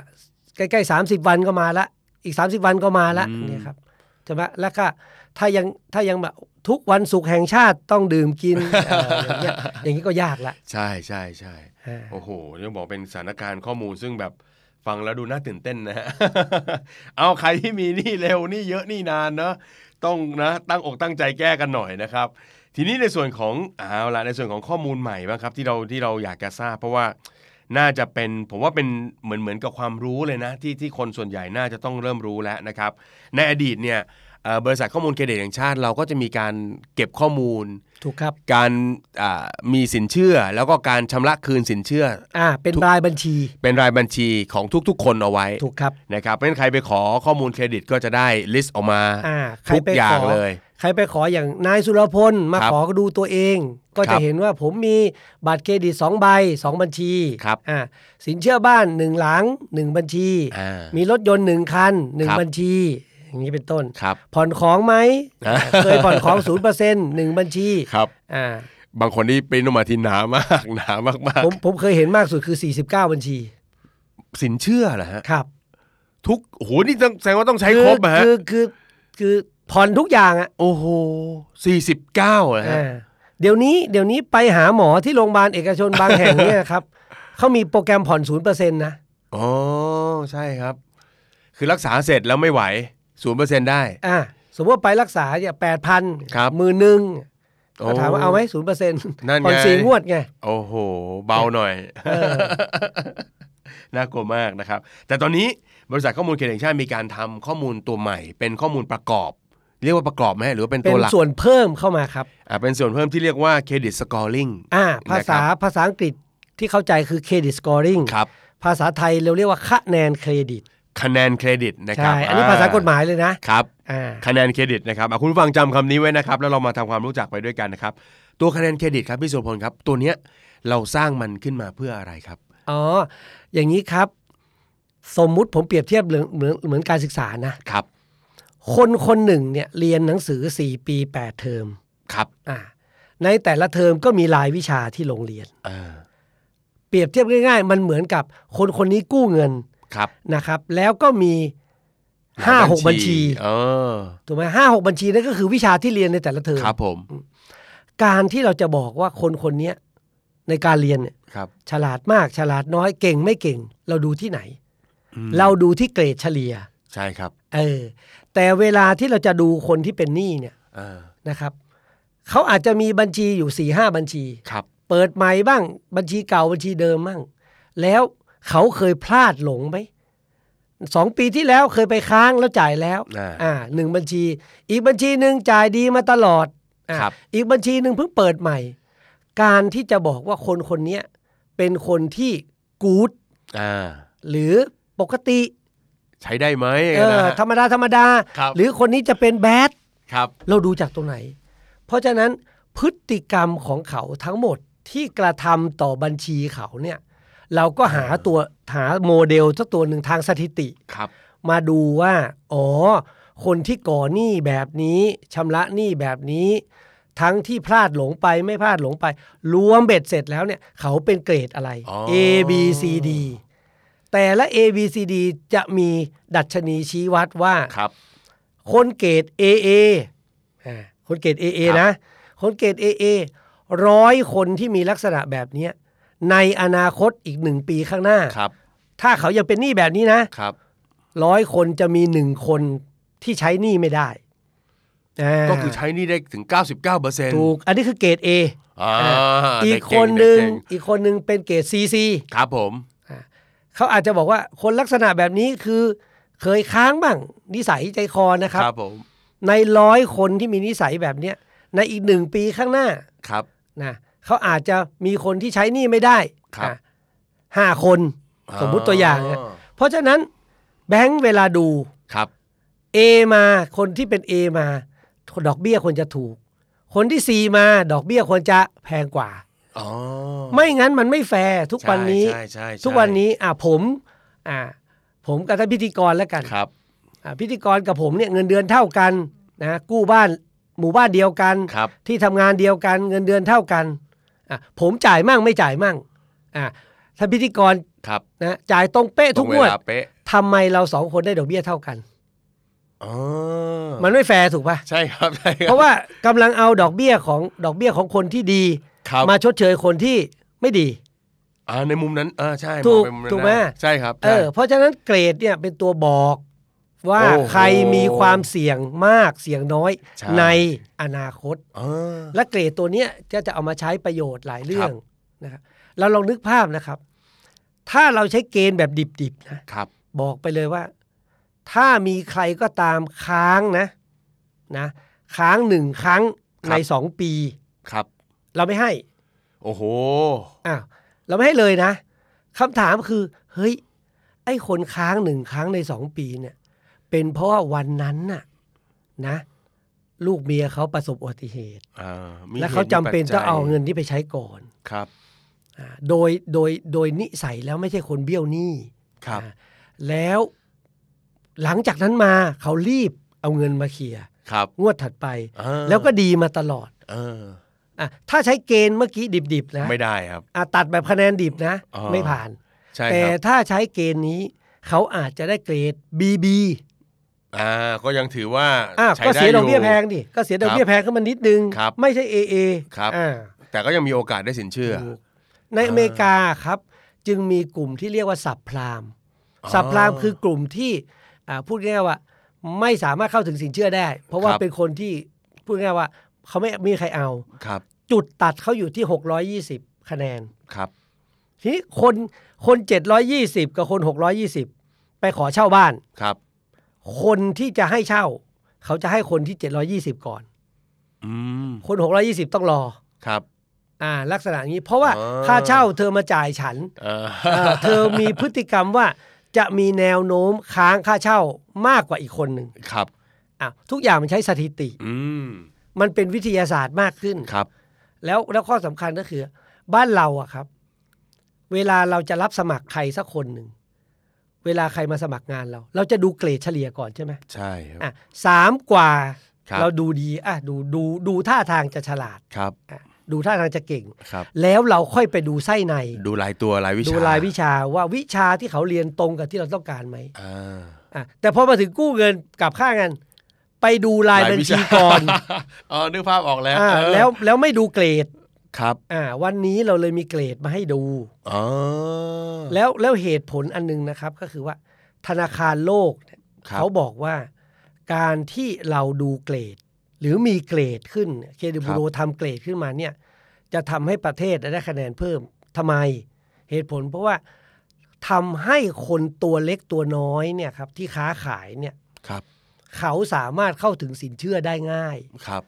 S1: คบ
S2: ใกล้ๆ30 วันก็มาละอีก 30 วันก็มาละ
S1: อืม
S2: เนี่ยครับ ใช่ไหมแล้วก็ถ้ายังถ้ายังแบบทุกวันสุขแห่งชาติต้องดื่มกินเอ่ออย่างเงี้ยอย่างนี้ก็ยากละ
S1: ใช่ใช่ใช่
S2: อ่า
S1: โอ้โหต้องบอกเป็นสถานการณ์ข้อมูลซึ่งแบบฟังแล้วดูน่าตื่นเต้นนะฮ ะ เอาใครที่มีหนี่เร็วหนี่เยอะหนี่นานเนอะต้องนะตั้งอกตั้งใจแก้กันหน่อยนะครับ ทีนี้ในส่วนของเอาละในส่วนของข้อมูลใหม่บ้างครับที่เราที่เราอยากจะทราบ เพราะว่าน่าจะเป็นผมว่าเป็นเหมือนเหมือนกับความรู้เลยนะที่ที่คนส่วนใหญ่น่าจะต้องเริ่มรู้แล้วนะครับ ในอดีตเนี่ยเอ่อบริษัทข้อมูลเครดิตแห่งชาติ เราก็จะมีการเก็บข้อมูล
S2: ถูกครับ
S1: การอ่ามีสินเชื่อแล้วก็การชำระคืนสินเชื่อ
S2: อ่าเป็นรายบัญชี
S1: เป็นรายบัญชีของทุกๆ คนเอาไว้
S2: ถูกครับ
S1: นะครับเพราะฉะนั้นใครไปขอข้อมูลเครดิตก็จะได้ลิสต์ออกมา
S2: อ่าใคร
S1: ทุก
S2: ไป
S1: อย่า
S2: ข
S1: ง
S2: อ
S1: เลย
S2: ใครไปขออย่างนายสุรพลมา
S1: ครับ
S2: ขอดูตัวเอง ก็
S1: ครั
S2: จะ
S1: บ
S2: เห็นว่าผมมีบัตรเครดิต2ใบ2บัญชี
S1: ครับ
S2: อ่าสินเชื่อบ้าน1หลัง1บัญชี
S1: อ่ามี
S2: มีรถยนต์1คัน
S1: ครับ
S2: 1บัญชี อย่างนี้เป็นต้น
S1: ครับ
S2: ผ่อนของไหม
S1: อ่า
S2: เคยผ่อนของศูนย์เปอร์เซ็นต์หนึ่งบัญชี
S1: ครับ
S2: อ่า
S1: บางคนที่ปริ้นออกมาที่หนามาก หนามาก
S2: ผมผมเคยเห็นมากสุดคือ 49 บัญชี
S1: ๆสินเชื่อเหรอฮะ
S2: ครับ
S1: ทุกโอ้โหนี่ต้องแสดงว่าต้องใช้ครบเหรอฮะ
S2: คือคือคือผ่อนทุกอย่างอ่ะ
S1: โอ้โหสี่สิบเก้าเหรอฮะ
S2: อ่าเดี๋ยวนี้เดี๋ยวนี้ไปหาหมอที่โรงพยาบาลเอกชนบางแห่งเนี่ยครับ เขามีโปรแกรมผ่อนศูนย์เปอร์เซ็นต์นะ
S1: อ๋อใช่ครับ คือรักษาเสร็จแล้วไม่ไหวศูนย์เปอร์เซ็นได้
S2: อ่าสมมติว่าไปรักษาเนี่ยแปดพัน
S1: ครับ
S2: มือหนึ่ง
S1: โอ้
S2: ก็ถามว่าเอาไหมศูนย์เปอร์เซ็นต์
S1: นั่นไง
S2: ผ่อนสี่งวดไง
S1: โอ้โห เบาหน่อย
S2: เออ
S1: น่ากลัวมากนะครับ แต่ตอนนี้บริษัทข้อมูลเขตแห่งชาติมีการทำข้อมูลตัวใหม่ เป็นข้อมูลประกอบ เรียกว่าประกอบไหมหรือว่าเป็น
S2: เป็
S1: ตัว
S2: น
S1: หลัก
S2: ส่วนเพิ่มเข้ามาครับ
S1: อ่าเป็นส่วนเพิ่มที่เรียกว่าเครดิตสกอร์ลิง
S2: อ่า ภาษา
S1: นะครับ
S2: ภาษาอังกฤษที่เข้าใจคือ credit scoring
S1: ครับ
S2: ภาษาไทยเราเรียกว่าคะแนนเครดิต
S1: คะแนนเครดิตนะค
S2: ใช่
S1: รับ
S2: อันนี้ภาษากฎหมายเลยนะครับ อ่า
S1: คะแนนเครดิตนะครับอ่ะคุณผู้ฟังจำคำนี้ไว้นะครับ แล้วเรามาทำความรู้จักไปด้วยกันนะครับ ตัวคะแนนเครดิตครับพี่สุพลครับ ตัวเนี้ยเราสร้างมันขึ้นมาเพื่ออะไรครับ
S2: อ๋อ อย่างนี้ครับ สมมุติผมเปรียบเทียบเหมือนเหมือนเหมือนการศึกษานะ
S1: ครับ
S2: คนคนหนึ่งเนี่ยเรียนหนังสือ 4 ปี 8 เทอม
S1: ครับ
S2: อ่าในแต่ละเทอมก็มีรายวิชาที่โรงเรียน
S1: อ่า
S2: เปรียบเทียบง่ายๆ มันเหมือนกับคนคนนี้กู้เงิน
S1: ครับ
S2: นะครับ แล้วก็มี 5 6 บัญชี
S1: เออ
S2: ถูกไหมห้าหกบัญชีนั่นก็คือวิชาที่เรียนในแต่ละเทอม
S1: ครับผม
S2: การที่เราจะบอกว่าคนคนเนี้ยในการเรียนเนี่ย
S1: ครับ
S2: ฉลาดมากฉลาดน้อยเก่งไม่เก่ง เราดูที่ไหน
S1: อืม
S2: เราดูที่เกรดเฉลี่ย
S1: ใช่ครับ
S2: เออแต่เวลาที่เราจะดูคนที่เป็นหนี้เนี่ย
S1: อ่า
S2: นะครับเขาอาจจะมีบัญชีอยู่4ี่ห้าบัญชี
S1: ครับ
S2: เปิดใหม่บ้าง บัญชีเก่าบัญชีเดิมบ้างแล้วเขาเคยพลาดหลงไหมสองปีที่แล้วเคยไปค้างแล้วจ่ายแล้ว
S1: อ่า
S2: อ่าหนึ่งบัญชี อีกบัญชีหนึ่งจ่ายดีมาตลอดอ่า
S1: ครับ
S2: อีกบัญชีหนึ่งเพิ่งเปิดใหม่ การที่จะบอกว่าคนคนเนี้ยเป็นคนที่กู๊ด
S1: อ่า
S2: หรือปกติ
S1: ใช้ได้ไหม
S2: เอ
S1: นะ
S2: อ
S1: ฮะ
S2: ธรรมดาธรรมดา
S1: ครับ
S2: หรือคนนี้จะเป็นแบด
S1: ครับ
S2: เราดูจากตรงไหน เพราะฉะนั้นพฤติกรรมของเขาทั้งหมดที่กระทำต่อบัญชีเขาเนี่ย เราก็หาตัวหาโมเดลสักตัวหนึ่งทางสถิติ
S1: ครับ
S2: มาดูว่า อ๋อ คนที่ก่อหนี้แบบนี้ชำระหนี้แบบนี้ ทั้งที่พลาดหลงไปไม่พลาดหลงไป รวมเบ็ดเสร็จแล้วเนี่ย เขาเป็นเกรดอะไร
S1: อ๋อ
S2: A B C D แต่ละ A B C D จะมีดัชนีชี้วัดว่า
S1: ครับ
S2: คนเกรด AA อ่าคนเกรด AA
S1: ครับ
S2: นะ คนเกรด AA ร้อยคนที่มีลักษณะแบบเนี้ยในอนาคตอีกหนึ่งปีข้างหน้า
S1: ครับ
S2: ถ้าเขายังเป็นหนี้แบบนี้นะ
S1: ครับ
S2: ร้อยคนจะมีหนึ่งคนที่ใช้หนี้ไม่ได้า
S1: ก็คือใช้หนี่ได้ถึง 99เปอร์เซ็นต์
S2: ถูก อันนี้คือเกรด A
S1: อ่า
S2: อี
S1: ได้
S2: ก
S1: เ
S2: คนหนึ่ง
S1: ได้เก่
S2: อีกคนหนึ่งเป็นเกรด CC
S1: ครับผม
S2: อ่าเขาอาจจะบอกว่าคนลักษณะแบบนี้คือเคยค้างบ้าง นิสัยใจคอนะครับ
S1: ครับผม
S2: ในร้อยคนที่มีนิสัยแบบเนี้ยในอีกหนึ่งปีข้างหน้า
S1: ครับ
S2: นะเขาอาจจะมีคนที่ใช้หนี้ไม่ได้
S1: ครับ
S2: อ่ะห้าคนสมมุติตัวอย่างนะเพราะฉะนั้นแบงค์เวลาดู
S1: ครับ
S2: A มาคนที่เป็น A มาดอกเบี้ยควรจะถูก คนที่ C มาดอกเบี้ยควรจะแพงกว่า
S1: อ๋อ
S2: ไม่งั้นมันไม่แฟร์ทุกวันนี้
S1: ใช่ใช่ใช่
S2: ทุกวันนี้อ่ะผมอ่ะผมกับท่านพิธีกรแล้วกัน
S1: ครับ
S2: อ่ะพิธีกรกับผมเนี่ยเงินเดือนเท่ากันนะกู้บ้านหมู่บ้านเดียวกัน
S1: ครับ
S2: ที่ทำงานเดียวกันเงินเดือนเท่ากันอ่ะผมจ่ายมั่งไม่จ่ายมั่งอ่ะท่านพิธีกร
S1: ครับ
S2: นะจ่ายตรงเป๊ะทุก
S1: ตรง
S2: งวด
S1: เวลาเป๊ะ
S2: ทำไมเราสองคนได้ดอกเบี้ยเท่ากัน
S1: อ๋อ
S2: มันไม่แฟร์ถูกป่ะ
S1: ใช่ครับใช่คบ
S2: เพราะว่ากำลังเอาดอกเบี้ยของดอกเบี้ยของคนที่ดี
S1: ครับ
S2: มาชดเชยคนที่ไม่ดี
S1: อ่าในมุมนั้นอ่าใช่
S2: ถูก
S1: องปนั้น
S2: ถูกไหม
S1: ใช่ครับ
S2: เออ
S1: ใช่
S2: เพราะฉะนั้นเกรดเนี่ยเป็นตัวบอกว่า
S1: โอ้โห
S2: ใครมีความเสี่ยงมากเสี่ยงน้อย
S1: ใช่
S2: ในอนาคต
S1: อ่า
S2: และเกรดตัวเนี้ยจะจะเอามาใช้ประโยชน์หลายเรื่องนะครับเราลองนึกภาพนะครับ ถ้าเราใช้เกณฑ์แบบดิบๆนะครับ บอกไปเลยว่า ถ้ามีใครก็ตามค้างนะนะค้างหนึ่งครั้ง
S1: ครับ
S2: ในสองปี
S1: ครับ
S2: เราไม่ให้
S1: โอ้โห
S2: อ้าวเราไม่ให้เลยนะคำถามคือ เฮ้ย ไอ้คนค้างหนึ่งครั้งในสองปีเนี่ย เป็นเพราะว่าวันนั้นน่ะนะ ลูกเมียเขาประสบอุบัติเหตุ
S1: อ่ามี
S2: และเขาจำเป็น
S1: หตุมีปัจ
S2: ต้
S1: จั
S2: อง
S1: ย
S2: เอาเงินนี้ไปใช้ก่อน
S1: ครับ
S2: อ่าโดยโดยโดยนิสัยแล้วไม่ใช่คนเบี้ยวหนี้
S1: ครับ
S2: อ่าแล้วหลังจากนั้นมาเขารีบเอาเงินมาเคลียร์
S1: ครับ
S2: งวดถัดไป
S1: อ่า
S2: แล้วก็ดีมาตลอด
S1: เออ
S2: อะถ้าใช้เกณฑ์เมื่อกี้ดิบๆนะ
S1: ไม่ได้ครับ
S2: อ่ะตัดแบบคะแนนดิบนะ
S1: อ๋อ
S2: ไม่ผ่าน
S1: ใช่
S2: แต่
S1: ครับ
S2: ถ้าใช้เกณฑ์นี้ เขาอาจจะได้เกรด BB
S1: อ่าก็ยังถือว่า
S2: อ่ะ
S1: ใช้
S2: ก็เสียดอกเบี้ย
S1: ไ
S2: แพงดิก็เสียดอกเบี้ยแพงขึ้นมานิดนึง
S1: ครับ
S2: ไม่ใช่ AA
S1: ครับ
S2: อ่า
S1: แต่ก็ยังมีโอกาสได้สินเชื่อ
S2: ถูกในอเมริกาครับ จึงมีกลุ่มที่เรียกว่าสับพราม
S1: อ๋อ
S2: สับพรามคือกลุ่มที่อ่าพูดง่ายๆว่า ไม่สามารถเข้าถึงสินเชื่อได้ เพราะว่า
S1: ครับ
S2: เป็นคนที่พูดง่ายๆว่า เขาไม่มีใครเอา
S1: ครับ
S2: จุดตัดเขาอยู่ที่ 620 คะแนน
S1: ครับ
S2: ทีนี้คนคน 720 กับคน 620 ไปขอเช่าบ้าน
S1: ครับ
S2: คนที่จะให้เช่า เขาจะให้คนที่ 720 ก่อน
S1: อืม
S2: คน 620 ต้องรอ
S1: ครับ
S2: อ่าลักษณะอย่างนี้ เพราะว่า
S1: อ๋อ
S2: ค่าเช่าเธอมาจ่ายฉัน
S1: เอ่อ
S2: เอ่อเธอมีพฤติกรรมว่าจะมีแนวโน้มค้างค่าเช่ามากกว่าอีกคนหนึ่ง
S1: ครับ
S2: อ่ะทุกอย่างมันใช้สถิติ
S1: อืม
S2: มันเป็นวิทยาศาสตร์มากขึ้น
S1: ครับ
S2: แล้วแล้วข้อสำคัญก็คือ บ้านเราอะครับ เวลาเราจะรับสมัครใครสักคนหนึ่ง เวลาใครมาสมัครงานเรา เราจะดูเกรดเฉลี่ยก่อนใช่ไหม
S1: ใช่ครับ
S2: อ่ะสามกว่า
S1: ครับ
S2: เราดูดีอ่ะดูดูดูท่าทางจะฉลาด
S1: ครับ
S2: อ่ะดูท่าทางจะเก่ง
S1: ครับ
S2: แล้วเราค่อยไปดูไส้ใน
S1: ดูรายตัวรายวิชา
S2: ดูรายวิชาว่าวิชาที่เขาเรียนตรงกับที่เราต้องการไหม
S1: อ่า
S2: อ่ะแต่พอมาถึงกู้เงินกับค่าเงินไปดูลายบัญ
S1: วิ
S2: ชีก่อน
S1: อ๋อนึกภาพออกแล้ว
S2: อ่า
S1: เออ
S2: แล้วแล้วไม่ดูเกรด
S1: ครับ
S2: อ่าวันนี้เราเลยมีเกรดมาให้ดู
S1: อ๋อ
S2: แล้วแล้วเหตุผลอันหนึงนะครับ ก็คือว่า ธนาคารโลกเนี่ย
S1: ครับ
S2: เขาบอกว่า การที่เราดูเกรด หรือมีเกรดขึ้นเครดิตบูโรทำเกรดขึ้นมาเนี่ย จะทำให้ประเทศได้คะแนนเพิ่มทำไม เหตุผลเพราะว่าทำให้คนตัวเล็กตัวน้อยเนี่ยครับที่ค้าขายเนี่ย
S1: ครับ
S2: เขาสามารถเข้าถึงสินเชื่อได้ง่าย
S1: ครับ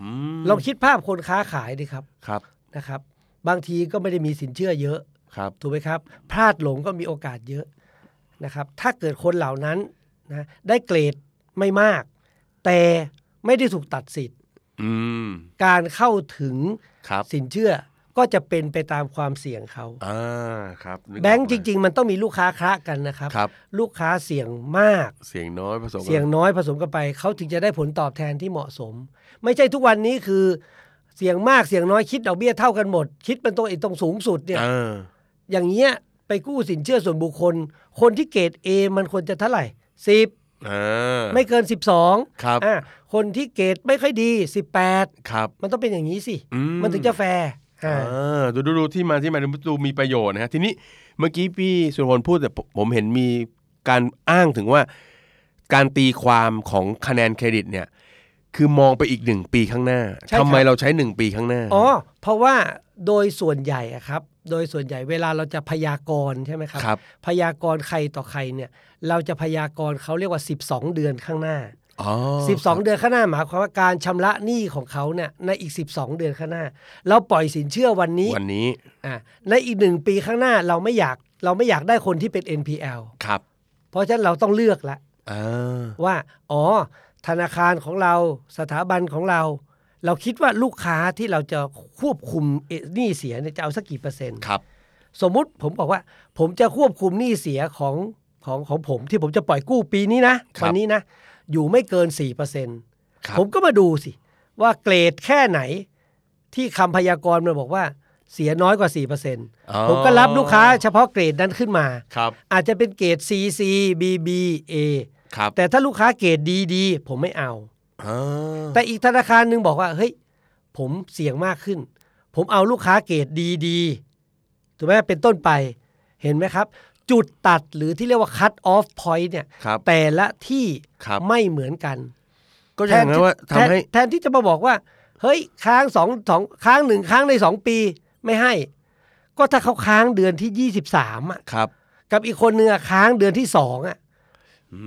S1: อืม
S2: ลองคิดภาพคนค้าขายดิครับ
S1: ครับ
S2: นะครับ บางทีก็ไม่ได้มีสินเชื่อเยอะ
S1: ครับ
S2: ถูกไหมครับ พลาดหลงก็มีโอกาสเยอะนะครับ ถ้าเกิดคนเหล่านั้นนะได้เกรดไม่มาก แต่ไม่ได้ถูกตัดสิทธิ์
S1: อืม
S2: การเข้าถึง
S1: ครับ
S2: สินเชื่อก็จะเป็นไปตามความเสี่ยงเขา
S1: อ่าครับนึกออก
S2: แบงก์จริง ๆ มันต้องมีลูกค้าคละกันนะครับ
S1: ครับ
S2: ลูกค้าเสี่ยงมาก
S1: เสียงน้อยผสมกับ
S2: เสี่ยงน้อยผสมกันไปเขาถึงจะได้ผลตอบแทนที่เหมาะสม ไม่ใช่ทุกวันนี้คือ เสี่ยงมากเสี่ยงน้อยคิดดอกเบี้ยเท่ากันหมด คิดเป็นตัวไอ้ตรงสูงสุดเนี่ย
S1: เออ
S2: อย่างเงี้ยไปกู้สินเชื่อส่วนบุคคล คนที่เกรด A มันควรจะเท่าไหร่สิบ
S1: เออ
S2: ไม่เกิน 12บสอง
S1: ครับ
S2: อ่ะคนที่เกรดไม่ค่อยดี
S1: ครับ
S2: 18 มันต้องเป็นอย่างนี้สิ
S1: อืม
S2: มันถึงจะแฟร์อ่า
S1: เออดูดูดูที่มาที่มาดูมีประโยชน์นะฮะทีนี้เมื่อกี้พี่สุรพลพูดแต่ผมผมเห็นมีการอ้างถึงว่า การตีความของคะแนนเครดิตเนี่ย คือมองไปอีกหนึ่งปีข้างหน้า
S2: ใช่ครับ
S1: ทำไมเราใช้หนึ่งปีข้างหน้า
S2: อ๋อเพราะว่าโดยส่วนใหญ่อะครับ โดยส่วนใหญ่เวลาเราจะพยากรณ์ใช่ไหมครับ
S1: ครับ
S2: พยากรณ์ใครต่อใครเนี่ย เราจะพยากรณ์เขาเรียกว่า 12 เดือนข้างหน้า
S1: อ๋อ
S2: 12 เดือนข้างหน้าหมายความว่าการชำระหนี้ของเขาเนี่ยในอีก 12 เดือนข้างหน้า เราปล่อยสินเชื่อวันนี้
S1: วันนี้
S2: อ่าในอีกหนึ่งปีข้างหน้าเราไม่อยากเราไม่อยากได้คนที่เป็น NPL
S1: ครับ
S2: เพราะฉะนั้นเราต้องเลือกละ
S1: อ่า
S2: ว่า อ๋อ ธนาคารของเราสถาบันของเรา เราคิดว่าลูกค้าที่เราจะควบคุมเอ่อหนี้เสียเนี่ยจะเอาสักกี่เปอร์เซ็นต์
S1: ครับ
S2: สมมุติผมบอกว่า ผมจะควบคุมหนี้เสียของของของผมที่ผมจะปล่อยกู้ปีนี้นะวันนี้นะ อยู่ไม่เกิน4%เปอร์เซ็นต์
S1: ครับ
S2: ผมก็มาดูสิ ว่าเกรดแค่ไหน ที่คำพยากรณ์มันบอกว่าเสียน้อยกว่า 4%
S1: อ๋อ
S2: ผมก็รับลูกค้าเฉพาะเกรดนั้นขึ้นมา
S1: ครับ
S2: อาจจะเป็นเกรด CC BBA
S1: ครับ
S2: แต่ถ้าลูกค้าเกรดดีดีๆผมไม่เอา
S1: อ่า
S2: แต่อีกธนาคารหนึ่งบอกว่าเฮ้ยผมเสี่ยงมากขึ้น ผมเอาลูกค้าเกรดดีดีๆถูกไหมเป็นต้นไปเห็นไหมครับ จุดตัดหรือที่เรียกว่า cut off point เนี่ย
S1: ครับ
S2: แต่ละที่
S1: ครับ
S2: ไม่เหมือนกัน
S1: ก็อย่างนั้นว่าทำให้
S2: แทนแทนที่จะมาบอกว่า เฮ้ยค้างสองสองค้างหนึ่งค้างในสองปีไม่ให้ ก็ถ้าเขาค้างเดือนที่ยี่สิบสามอ่ะ
S1: ครับ
S2: กับอีกคนนึงอะค้างเดือนที่สองอ่ะ
S1: อื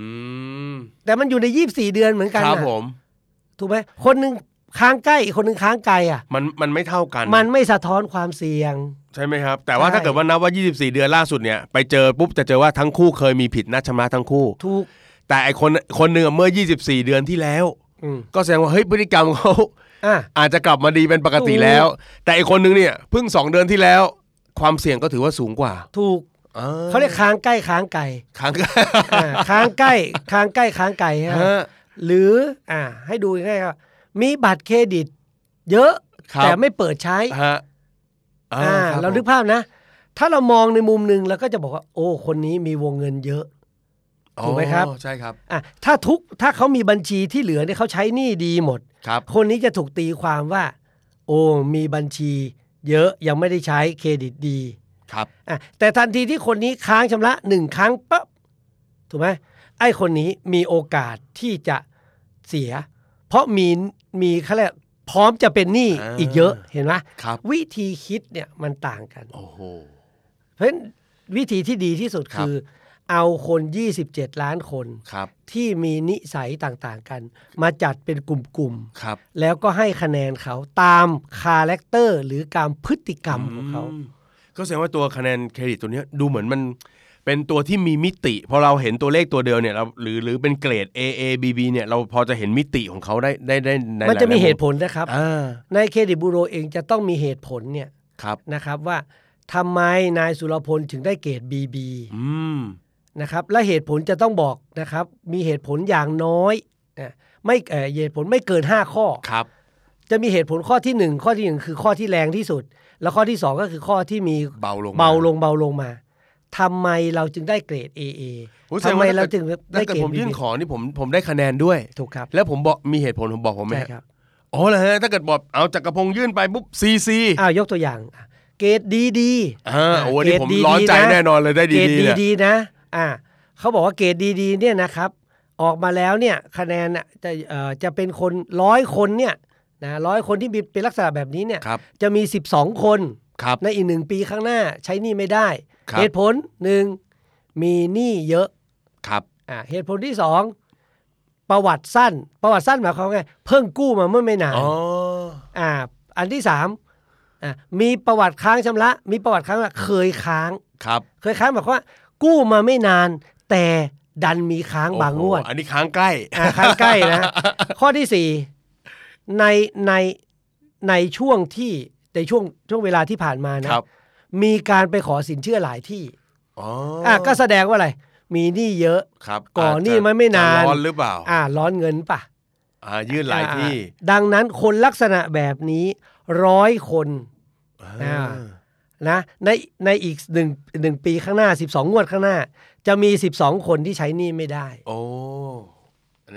S1: ม
S2: แต่มันอยู่ในยี่บสี่เดือนเหมือนกัน
S1: ครับ
S2: อะ
S1: ผม
S2: ถูกไหมคนหนึ่งค้างใกล้อีกคนหนึ่งค้างไกลอ่ะ
S1: มันมันไม่เท่ากัน
S2: มันไม่สะท้อนความเสี่ยง
S1: ใช่ไหมครับ แต่ว่า
S2: ใช่
S1: ถ้าเกิดว่านับว่า 24 เดือนล่าสุดเนี่ย ไปเจอปุ๊บจะเจอว่าทั้งคู่เคยมีผิดนัดชำระทั้งคู่
S2: ถูก
S1: แต่ไอคนคนหนึ่งอะเมื่อ 24 เดือนที่แล้ว
S2: อืม
S1: ก็แสดงว่าเฮ้ยพฤติกรรมเขา
S2: อ่ะ
S1: อาจจะกลับมาดีเป็นปกติ
S2: ถูก
S1: แล้ว แต่ไอีกคนนึงเนี่ยเพิ่งสองเดือนที่แล้ว ความเสี่ยงก็ถือว่าสูงกว่า
S2: ถูก
S1: อ่
S2: เขาเรียกค้างใกล้ค้างไกล
S1: ค้างกัน
S2: อ่ะค้างใกล้ค้างใกล้ค้างไกลฮะ
S1: ฮะ
S2: หรืออ่ะให้ดูง่ายๆว่ามีบัตรเครดิต เยอะ
S1: ครับ
S2: แต่ไม่เปิดใช้
S1: ฮะ
S2: อ่า
S1: คบ
S2: เรานึกภาพนะ ถ้าเรามองในมุมหนึ่งเราก็จะบอกว่า โอ้ คนนี้มีวงเงินเยอะ
S1: อ๋อ
S2: ถูกไหมครับ
S1: ใช่ครับ
S2: อ่ะถ้าทุกถ้าเขามีบัญชีที่เหลือเนี่ยเขาใช้หนี้ดีหมด
S1: ครับ
S2: คนนี้จะถูกตีความว่า โอ้มีบัญชีเยอะยังไม่ได้ใช้เครดิตดี
S1: ครับ
S2: อ่ะแต่ทันทีที่คนนี้ค้างชำระหนึ่งครั้งปั๊บถูกไหมไอ้คนนี้มีโอกาสที่จะเสีย เพราะมีมีเขาเรียกพร้อมจะเป็นหนี้อีกเยอะเห็นไหม
S1: ครับ
S2: วิธีคิดเนี่ยมันต่างกัน
S1: โอ้โห
S2: เพราะฉะนั้นวิธีที่ดีที่สุด
S1: ครับ
S2: คือ เอาคน 27 ล้านคน
S1: ครับ
S2: ที่มีนิสัยต่างๆกัน มาจัดเป็นกลุ่ม
S1: ครับ
S2: ๆ แล้วก็ให้คะแนนเขาตามคาแรคเตอร์หรือการพฤติกรรมของเขา
S1: อืมก็แสดงว่าตัวคะแนนเครดิตตัวเนี้ยดูเหมือนมันเป็นตัวที่มีมิติพอเราเห็นตัวเลขตัวเดียวเนี่ยเราหรือหรือเป็นเกรด A A B B เนี่ยเราพอจะเห็นมิติของเขาได้ได้ได้ใน
S2: มันจะมี
S1: ลายๆ
S2: เหตุผลนะครับ
S1: อ่า
S2: ในเครดิตบูโรเองจะต้องมีเหตุผลเนี่ย
S1: ครับ
S2: นะครับว่าทำไมนายสุรพลถึงได้เกรด BB
S1: อืม
S2: นะครับและเหตุผลจะต้องบอกนะครับ มีเหตุผลอย่างน้อยนะไม่เอ่อเหตุผลไม่เกิน 5 ข้อ
S1: ครับ
S2: จะมีเหตุผลข้อที่ 1 ข้อที่ 1 คือข้อที่แรงที่สุด แล้วข้อที่ 2 ก็คือข้อที่มี
S1: เบาลงม
S2: เบาลงเบาลงมาทำไมเราจึงได้เกรด AA
S1: โอ้ยแสดง
S2: ทำไม
S1: ว่า
S2: เรา
S1: ถ้าเกิด
S2: จึงได้
S1: ถ้าเกิด
S2: เกรด
S1: ผมยื่น
S2: BB
S1: ขอนี่ผมผมได้คะแนนด้วย
S2: ถูกครับ
S1: แล้วผมบอกมีเหตุผลผมบอกผมไหม
S2: ใช่
S1: ฮะ
S2: ครับ
S1: อ๋อเหรอฮะถ้าเกิดบอกเอาจักรพงษ์ยื่นไปปุ๊บซีซี
S2: อ้าวยกตัวอย่างอ่ะเกรดดีดี
S1: อ่าโอ้โหอัน
S2: เก
S1: นี่
S2: ด
S1: ผม
S2: ดี
S1: ร้อนใจ
S2: ดีะ
S1: แน่นอนเลยได้
S2: เกรด
S1: ดีๆ
S2: ดี
S1: เนี่ย
S2: ดีนะอ่าเขาบอกว่าเกรดดีดีเนี่ยนะครับ ออกมาแล้วเนี่ยคะแนนน่ะจะเอ่อจะเป็นคนร้อยคนเนี่ยนะร้อยคนที่มีเป็นลักษณะแบบนี้เนี่ย
S1: ครับ
S2: จะมี 12 คน
S1: ครับ
S2: ในอีกหนึ่งปีข้างหน้าใช้หนี้ไม่ได้
S1: ครับ
S2: เหตุผลหนึ่งมีหนี้เยอะ
S1: ครับ
S2: อ่าเหตุผลที่สองประวัติสั้น ประวัติสั้นหมายความว่าไงเพิ่งกู้มาเมื่อไม่นาน
S1: อ๋อ
S2: อ่าอันที่สามอ่ามีประวัติค้างชำระ มีประวัติค้างชำระเคยค้าง
S1: ครับ
S2: เคยค้างหมายความว่า กู้มาไม่นาน แต่ดันมีค้างบางงวด
S1: โอ้โหอันนี้ค้างใกล้
S2: อ่าค้างใกล้นะ ข้อที่สี่ในในในช่วงที่ในช่วงช่วงเวลาที่ผ่านมานะ
S1: ครับ
S2: มีการไปขอสินเชื่อหลายที่
S1: อ๋อ
S2: อ่ะก็แสดงว่าอะไร มีหนี้เยอะ
S1: ครับ
S2: ก่อน
S1: อาจจะ
S2: หนี้มันไม่นาน
S1: จะร้อนหรือเปล่า
S2: อ่าร้อนเงินปะ
S1: อ่ายื่นหลาย
S2: อ่ะ
S1: ที่
S2: ดังนั้นคนลักษณะแบบนี้ร้อยคน อ่า นะ ในในอีกหนึ่งหนึ่งปีข้างหน้า 12 งวดข้างหน้า จะมี 12 คนที่ใช้หนี้ไม่ได้
S1: โอ้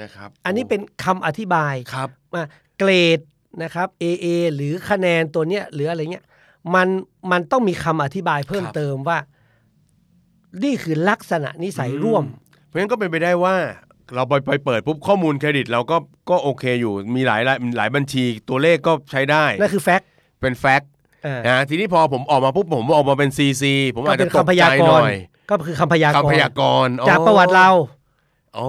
S1: นะครับ
S2: อันนี้เป็นคำอธิบาย
S1: ครับ
S2: ว่าเกรดนะครับ AA หรือคะแนนตัวเนี้ยหรืออะไรเงี้ยมันมันต้องมีคำอธิบายเพิ่มเติมว่า นี่คือลักษณะนิสัยร่วม
S1: เพราะงั้นก็เป็นไปได้ว่า เราไปไปเปิดปุ๊บข้อมูลเครดิตเราก็ก็โอเคอยู่มีหลายหลายหลายบัญชีตัวเลขก็ใช้ได้
S2: นั่นคือแฟกต์
S1: เป็นแฟกต์
S2: อ่า
S1: นะทีนี้พอผมออกมาปุ๊บผมออกมาเป็นซีซีผม
S2: ก็
S1: อาจ
S2: เป็
S1: จะ
S2: น
S1: ตก
S2: คำพ
S1: ใจ
S2: ยาก
S1: ห
S2: ร
S1: น่
S2: ณ์
S1: อย
S2: ก็คือคำพยากรณ์
S1: คำพยากรณ์
S2: จากประวัติเรา
S1: โอ้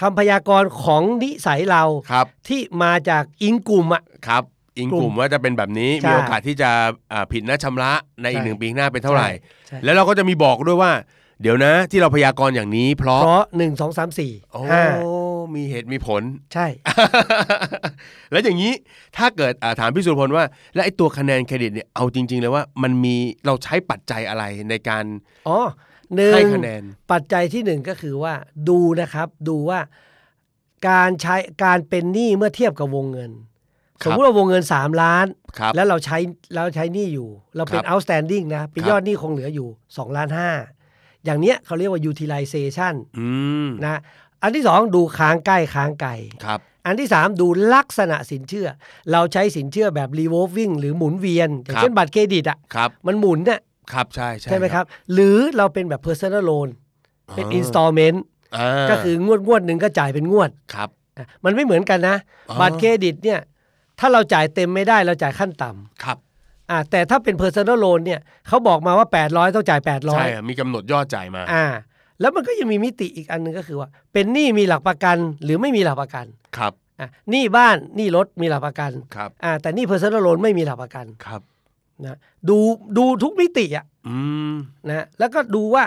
S2: คำพยากรณ์ของนิสัยเรา
S1: ครับ
S2: ที่มาจากอิงกลุ่มอ่ะ
S1: ครับ อิงก
S2: กลุ่
S1: ลุ่ม
S2: ม
S1: ว่าจะเป็นแบบนี้
S2: ใช่
S1: มีโอกาสที่จะอ่าผิดนัดชำระในอีก
S2: ใช่
S1: หนึ่งปีข้างหน้าเป็นเท่าไหร่
S2: ใช่
S1: แล้วเราก็จะมีบอกด้วยว่า เดี๋ยวนะที่เราพยากรณ์อย่างนี้ เพราะ
S2: เพราะหนึ่งสองสามสี่
S1: โอ้
S2: ห้า
S1: มีเหตุมีผล
S2: ใช่
S1: แล้วอย่างนี้ถ้าเกิดอ่าถามพี่สุรพลว่า และไอตัวคะแนนเครดิตเนี่ยเอาจริง ๆ เลยว่ามันมีเราใช้ปัจจัยอะไรในการ
S2: อ๋อหนึ่
S1: ให้
S2: ง
S1: คะแนน
S2: ปัจจัยที่หนึ่งก็คือว่าดูนะครับ ดูว่าการใช้การเป็นหนี้เมื่อเทียบกับวงเงิน สมมติว่าวงเงิน 3 ล้าน
S1: ครับ
S2: แล้วเราใช้เราใช้หนี้อยู่ เราเป็น
S1: ครับ
S2: outstanding นะเป็นยอดหนี้คงเหลืออยู่2ล้านห้าอย่างเนี้ยเขาเรียกว่า utilization
S1: อืม
S2: นะ อันที่สองดูค้างใกล้ค้างไกล
S1: ครับ
S2: อันที่ 3 ดูลักษณะสินเชื่อ เราใช้สินเชื่อแบบ revolving หรือหมุนเวียน อย่างเช่นบัตรเครดิตอ่ะ
S1: ครับ
S2: มันหมุนน่ะ
S1: ครับใช่ใช่
S2: ใช่ไหมครับ หรือเราเป็นแบบ personal loan เป็น installment
S1: อ่า
S2: ก็คืองวดงวดหนึ่งก็จ่ายเป็นงวด
S1: ครับ
S2: อ่ะมันไม่เหมือนกันนะ
S1: อ๋อ
S2: บัตรเครดิตเนี่ยถ้าเราจ่ายเต็มไม่ได้เราจ่ายขั้นต่
S1: ครับ
S2: ำอ่ะแต่ถ้าเป็น personal loan เนี่ยเขาบอกมาว่า 800 ต้องจ่าย
S1: ใช่
S2: 800
S1: อะมีกำหนดยอดจ่ายมา
S2: อ่าแล้วมันก็ยังมีมิติอีกอันหนึงก็คือว่า เป็นหนี้มีหลักประกันหรือไม่มีหลักประกัน
S1: ครับ
S2: อ่ะหนี้บ้านหนี้รถมีหลักประกัน
S1: ครับ
S2: อ่าแต่นี่ personal loan ไม่มีหลักประกัน
S1: ครับ
S2: นะดูดูทุกมิติอะ
S1: อืม
S2: นะแล้วก็ดูว่า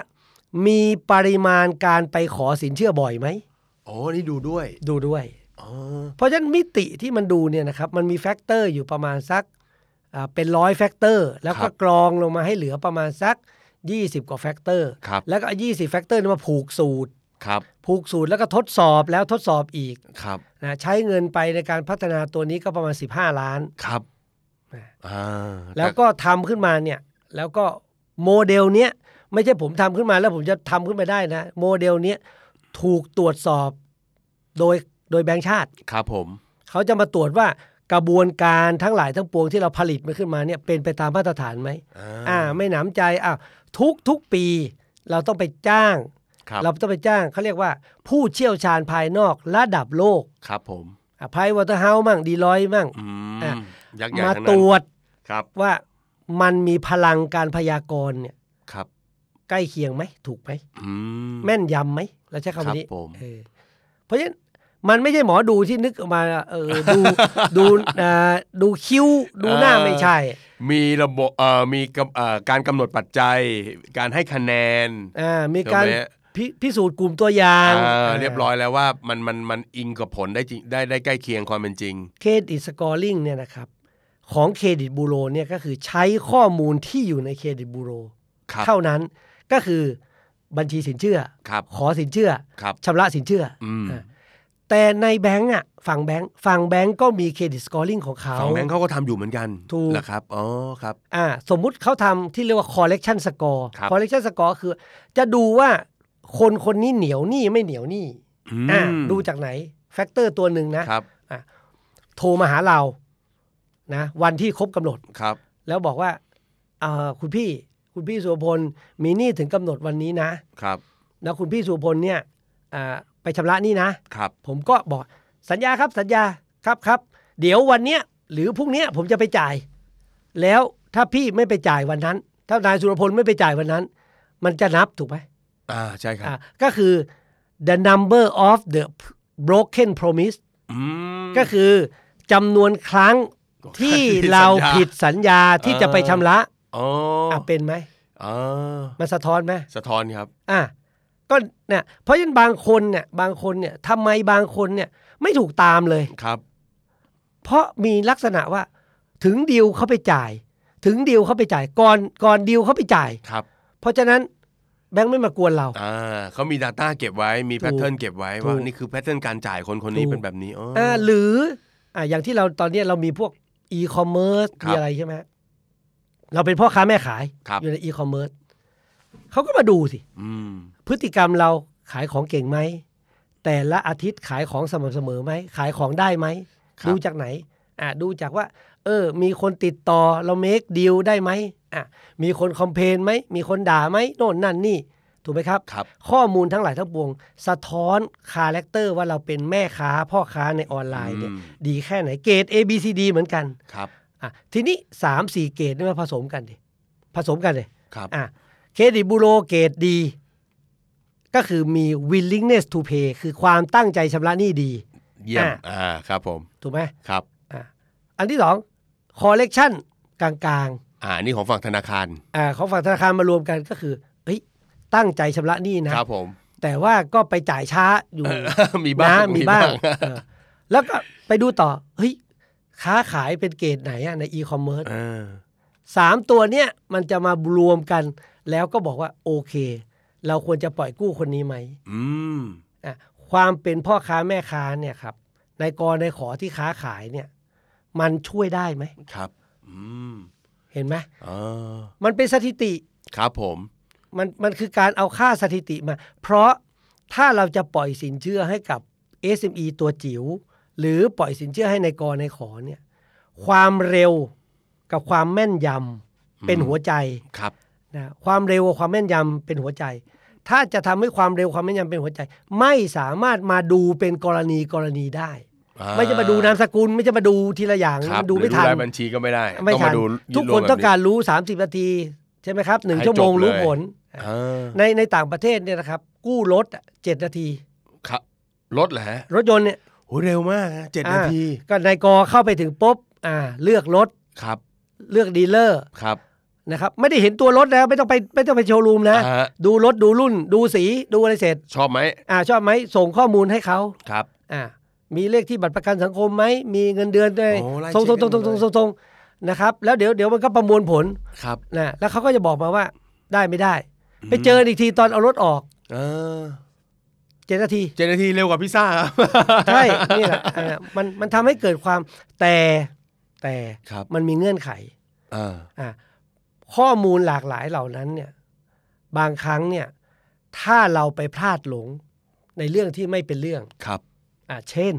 S2: มีปริมาณการไปขอสินเชื่อบ่อยไหม
S1: โอ้นี่ดูด้วย
S2: ดูด้วย
S1: อ๋อ
S2: เพราะฉะนั้นมิติที่มันดูเนี่ยนะครับมันมีแฟกเตอร์อยู่ประมาณสักอ่าเป็นร้อยแฟกเตอร์แล้วก็กรองลงมาให้เหลือประมาณสัก 20 กว่าแฟกเตอร์
S1: ครับ
S2: แล้วก็เอา20แฟกเตอร์มาผูกสูตร
S1: ครับ
S2: ผูกสูตรแล้วก็ทดสอบแล้วทดสอบอีก
S1: ครับ
S2: นะใช้เงินไปในการพัฒนาตัวนี้ก็ประมาณ 15 ล้าน
S1: ครับอ่า
S2: แล้วก็ทำขึ้นมาเนี่ย แล้วก็โมเดลเนี้ยไม่ใช่ผมทำขึ้นมาแล้วผมจะทำขึ้นมาได้นะ โมเดลเนี้ยถูกตรวจสอบโดยโดยแบงค์ชาติ
S1: ครับผม
S2: เขาจะมาตรวจว่ากระบวนการทั้งหลายทั้งปวงที่เราผลิตมันขึ้นมาเนี่ยเป็นไปตามมาตรฐานไหม
S1: อ่
S2: อ่า
S1: า
S2: ไม่หนำใจอ่ะทุกทุกปี เราต้องไปจ้าง
S1: ครับ
S2: เราต้องไปจ้างเขาเรียกว่า ผู้เชี่ยวชาญภายนอกระดับโลก
S1: ครับผม
S2: อ่ะไพวอเตอร์เฮาส์มั่งดีลอยมั่ง
S1: อื
S2: อ่ะ
S1: มยักษ์ใหญ่
S2: มา
S1: ทั้ง
S2: ต
S1: นั้
S2: ร
S1: น
S2: วจ
S1: ครับ
S2: ว่ามันมีพลังการพยากรณ์เนี่ย
S1: ครับ
S2: ใกล้เคียงไหมถูกไหม
S1: อืม
S2: แม่นยำไหมเราใช้
S1: ครับ
S2: คำนี้
S1: ผม
S2: เออเพราะฉะนั้นมันไม่ใช่หมอดูที่นึกออกมาเออ ดู ดูอ่าดูคิ้วดูหน้าไม่ใช่
S1: มีระบบเอ่อมีกำเอ่อการกำหนดปัจจัย การให้คะแนน
S2: อ่า มีการ
S1: เดี๋ยวไหม
S2: พิพิสูจน์กลุ่มตัวอย่าง
S1: อ่าเรียบร้อยแล้วว่ามันมันมันอิงกับผลได้จริงได้ได้ใกล้เคียงความเป็นจริง
S2: เครดิตสกอร์ลิงเนี่ยนะครับ ของเครดิตบูโรเนี่ยก็คือใช้ข้อมูลที่อยู่ในเครดิตบูโร
S1: ครับ
S2: เท่านั้นก็คือบัญชีสินเชื่อ
S1: ครับ
S2: ขอสินเชื่อ
S1: ครับ
S2: ชำระสินเชื่ออ
S1: อืม
S2: อ่ะแต่ในแบงก์อ่ะฝั่งแบงก์ฝั่งแบงก์ก็มีเครดิตสกอร์ลิงของเขา
S1: ฝั่งแบงค์เขาก็ทำอยู่เหมือนกัน
S2: ถูก
S1: เหรอครับอ๋อครับ
S2: อ่าสมมุติเขาทำที่เรียกว่า collection score
S1: ครับ
S2: collection score คือ จะดูว่าคนคนนี้เหนียวหนี้ไม่เหนียวหนี้
S1: ม
S2: อ่าดูจากไหนแฟกเตอร์ตัวหนึ่งนะครับ โทรมาหาเรานะวันที่ครบกำหนด
S1: ครับ
S2: แล้วบอกว่าเอ่อคุณพี่คุณพี่สุวพลมีหนี้ถึงกำหนดวันนี้นะครับ แล้วคุณพี่สุวพลเนี่ยอ่าไปชำระหนี้นะ
S1: ครับ
S2: ผมก็บอกสัญญาครับสัญญาครับครับเดี๋ยววันเนี้ยหรือพรุ่งเนี้ยผมจะไปจ่าย แล้วถ้าพี่ไม่ไปจ่ายวันนั้น ถ้านายสุรพลไม่ไปจ่ายวันนั้น มันจะนับถูกไหม
S1: อ่าใช่ครับ
S2: อ่ะก็คือ the number of the broken promise
S1: อืม
S2: ก็คือจำนวนครั้งที่
S1: ที่
S2: เรา
S1: สัญญา
S2: ผิดสัญญา ที่จะไป
S1: เออ
S2: ชำระ
S1: อ๋อ
S2: อ่ะเป็นไหม
S1: อ๋อ
S2: มันสะท้อนไหม
S1: สะท้อนครับ
S2: อ่ะก็เนี่ยเพราะฉะนั้นบางคนเนี่ยบางคนเนี่ยทำไมบางคนเนี่ยไม่ถูกตามเลย
S1: ครับ
S2: เพราะมีลักษณะว่าถึงดีลเขาไปจ่าย ถึงดีลเขาไปจ่ายก่อนก่อนดีลเขาไปจ่าย
S1: ครับ
S2: เพราะฉะนั้นแบงค์ไม่มากวนเรา
S1: อ่าเขามี Data เก็บไว้มีแพทเทิร์นเก็บไว้ว่า
S2: ถูก
S1: นี่คือแพทเทิร์นการจ่ายคนคนนี้
S2: ถูก
S1: เป็นแบบนี้อ๋อ
S2: อ่าหรืออ่าอย่างที่เราตอนเนี้ยเรามีพวกอีคอมเมิร์ซ
S1: ครับ
S2: มีอะไรใช่ไหมเราเป็นพ่อค้าแม่ขาย
S1: ครับ อยู่
S2: ในอีคอมเมิร์ซเขาก็มาดูสิ
S1: อืม
S2: พฤติกรรมเราขายของเก่งไหม แต่ละอาทิตย์ขายของสม่ำเสมอไหม ขายของได้ไหม
S1: ครับ
S2: ดูจากไหน อ่ะดูจากว่า เออ มีคนติดต่อเราเมคดีลได้ไหมอ่ะมีคนคอมเพลนไหม มีคนด่าไหมโน่นนั่นนี่ ถูกไหมครับ
S1: ครับ
S2: ข้อมูลทั้งหลายทั้งปวง สะท้อนคาแรคเตอร์ว่าเราเป็นแม่ค้าพ่อค้าในออนไลน์เนี่ย
S1: อืม
S2: ดีแค่ไหน เกรด A B C D เหมือนกัน
S1: ครับ
S2: อ่ะ ทีนี้ 3 4 เกรดนี่มาผสมกันดิ ผสมกันเลย
S1: ครับ
S2: อ่ะเครดิตบูโรเกรดดี ก็คือมี willingness to pay คือความตั้งใจชำระหนี้ดี
S1: เยี่ยม
S2: อ่ะ
S1: อ่าครับผม
S2: ถูกไหม
S1: ครับ
S2: อ่ะอันที่สอง collection กลาง
S1: อ่านี่ของฝั่งธนาคาร
S2: ๆอ่าของฝั่งธนาคารมารวมกันก็คือเอ้ยตั้งใจชำระหนี้นะ
S1: ครับผม
S2: แต่ว่าก็ไปจ่ายช้าอยู่
S1: มีบ้าง
S2: นะมีบ้างเออแล้วก็ไปดูต่อ เฮ้ย ค้าขายเป็นเกรดไหนอะใน e-commerce
S1: เออ
S2: สามตัวเนี้ยมันจะมารวมกัน แล้วก็บอกว่าโอเค เราควรจะปล่อยกู้คนนี้ไหม
S1: อืม
S2: อ่ะความเป็นพ่อค้าแม่ค้าเนี่ยครับในกรในขอที่ค้าขายเนี่ย มันช่วยได้ไหม
S1: ครับอืม
S2: เห็นไหม
S1: อ๋อ
S2: มันเป็นสถิติ
S1: ครับผม
S2: มันมันคือการเอาค่าสถิติมา เพราะ ถ้าเราจะปล่อยสินเชื่อให้กับ SME ตัวจิ๋วหรือปล่อยสินเชื่อให้ในายกรในายขอเนี่ยความเร็วกับความแม่นยำเป็นหัวใจ
S1: ครับ
S2: นะความเร็วกับความแม่นยำเป็นหัวใจ ถ้าจะทำให้ความเร็วความแม่นยำเป็นหัวใจ ไม่สามารถมาดูเป็นกรณีกรณีได้ ไม่จะมาดูนามสกุลไม่จะมาดูทีละอย่าง
S1: ครับ
S2: มันดูไม่ทั
S1: ห
S2: น
S1: รือรายบัญชีก็ไม่ได้
S2: ไม่
S1: ต้อง
S2: ทั
S1: มาน ดู
S2: ทุก
S1: ว
S2: ค
S1: ม
S2: น
S1: แบบ
S2: ต้องการรู้ 30 นาที ใช่ไหมครับหนึ่ง
S1: ให้
S2: ชั่วโมง
S1: จบเลย
S2: รู้ผล
S1: อ่า
S2: ในในต่างประเทศเนี่ยนะครับ กู้รถอะเจ็ดนาที
S1: ครับรถเหรอฮะ
S2: รถยนต์เนี่ย
S1: โหเร็วมากนะเจ็ด
S2: อ่
S1: นาที
S2: ก็นายกเข้าไปถึงปุ๊บอ่า เลือกรถ
S1: ครับ
S2: เลือกดีลเลอร์
S1: ครับ
S2: นะครับ ไม่ได้เห็นตัวรถแล้วไม่ต้องไปไม่ต้องไปโชว์รูมนะ
S1: อ่าฮะ
S2: ดูรถดูรุ่น ดูสีดูอะไรเสร็จ
S1: ชอบไหม
S2: อ่า ชอบไหมส่งข้อมูลให้เขา
S1: ครับ
S2: อ่า มีเลขที่บัตรประกันสังคมไหมมีเงินเดือนด้วย
S1: โอ้ไล่
S2: ตรง
S1: เช็
S2: ตร
S1: ค
S2: งตรงตรง
S1: ให้หมดเลย
S2: ตรงนะครับแล้วเดี๋ยวเดี๋ยวมันก็ประมวลผล
S1: ครับ
S2: นะแล้วเขาก็จะบอกมาว่าได้ไม่ได้ ไปเจออีกทีตอนเอารถออก
S1: เออ
S2: เจ็ดนาที
S1: เจ็ดนาทีเร็วกว่าพิซซ่าครับ
S2: ใช่นี่แหละอ่ามันมันทำให้เกิดความแต่แต่
S1: ครับ
S2: มันมีเงื่อนไข
S1: อ่า
S2: อ่ะข้อมูลหลากหลายเหล่านั้นเนี่ยบางครั้งเนี่ยถ้าเราไปพลาดหลงในเรื่องที่ไม่เป็นเรื่อง
S1: ครับ
S2: อ่ะเช่น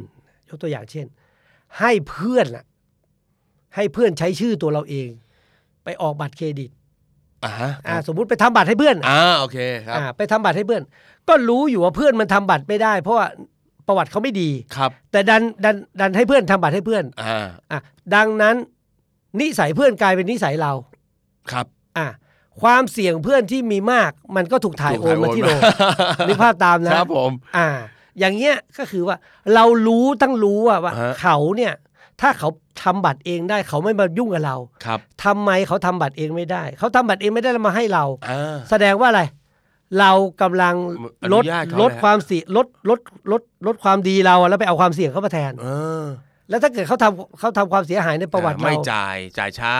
S2: ยกตัวอย่างเช่น ให้เพื่อนน่ะให้เพื่อนใช้ชื่อตัวเราเอง ไปออกบัตรเครดิต
S1: อ่าฮะ
S2: อ่ะสมมุติไปทำบัตรให้เพื่อน
S1: อ่าโอเคครับ
S2: อ่าไปทำบัตรให้เพื่อน ก็รู้อยู่ว่าเพื่อนมันทำบัตรไม่ได้ เพราะว่าประวัติเขาไม่ดี
S1: ครับ
S2: แต่ดันดันดันให้เพื่อนทำบัตรให้เพื่อน
S1: อ่า
S2: อ่ะดังนั้นนิสัยเพื่อนกลายเป็นนิสัยเรา
S1: ครับ
S2: อ่ะความเสี่ยงเพื่อนที่มีมาก มันก็ถูกถ่ายโอนมาที่ เรานึกภาพตามนะครับ
S1: ผม
S2: อ่า อย่างเงี้ยก็คือว่าเรารู้ตั้งรู้อะว่า
S1: ฮะ
S2: เขาเนี่ยถ้าเขาทำบัตรเองได้ เขาไม่มายุ่งกับเรา
S1: ครับ
S2: ทำไมเขาทำบัตรเองไม่ได้ เขาทำบัตรเองไม่ได้แล้วมาให้เรา
S1: อ่า
S2: แสดงว่าอะไร เรากำลัง
S1: อ
S2: ล
S1: นุ
S2: ด
S1: ญาตเขา
S2: ลด
S1: นะ
S2: ความเสี่ยงลดลดลดลดความดีเราอะแล้วไปเอาความเสี่ยงเข้ามาแทน
S1: เออ
S2: แล้วถ้าเกิดเขาทำเขาทำความเสียหายในประวัติ
S1: อ่า
S2: เรา
S1: ไม่จ่ายจ่ายช้า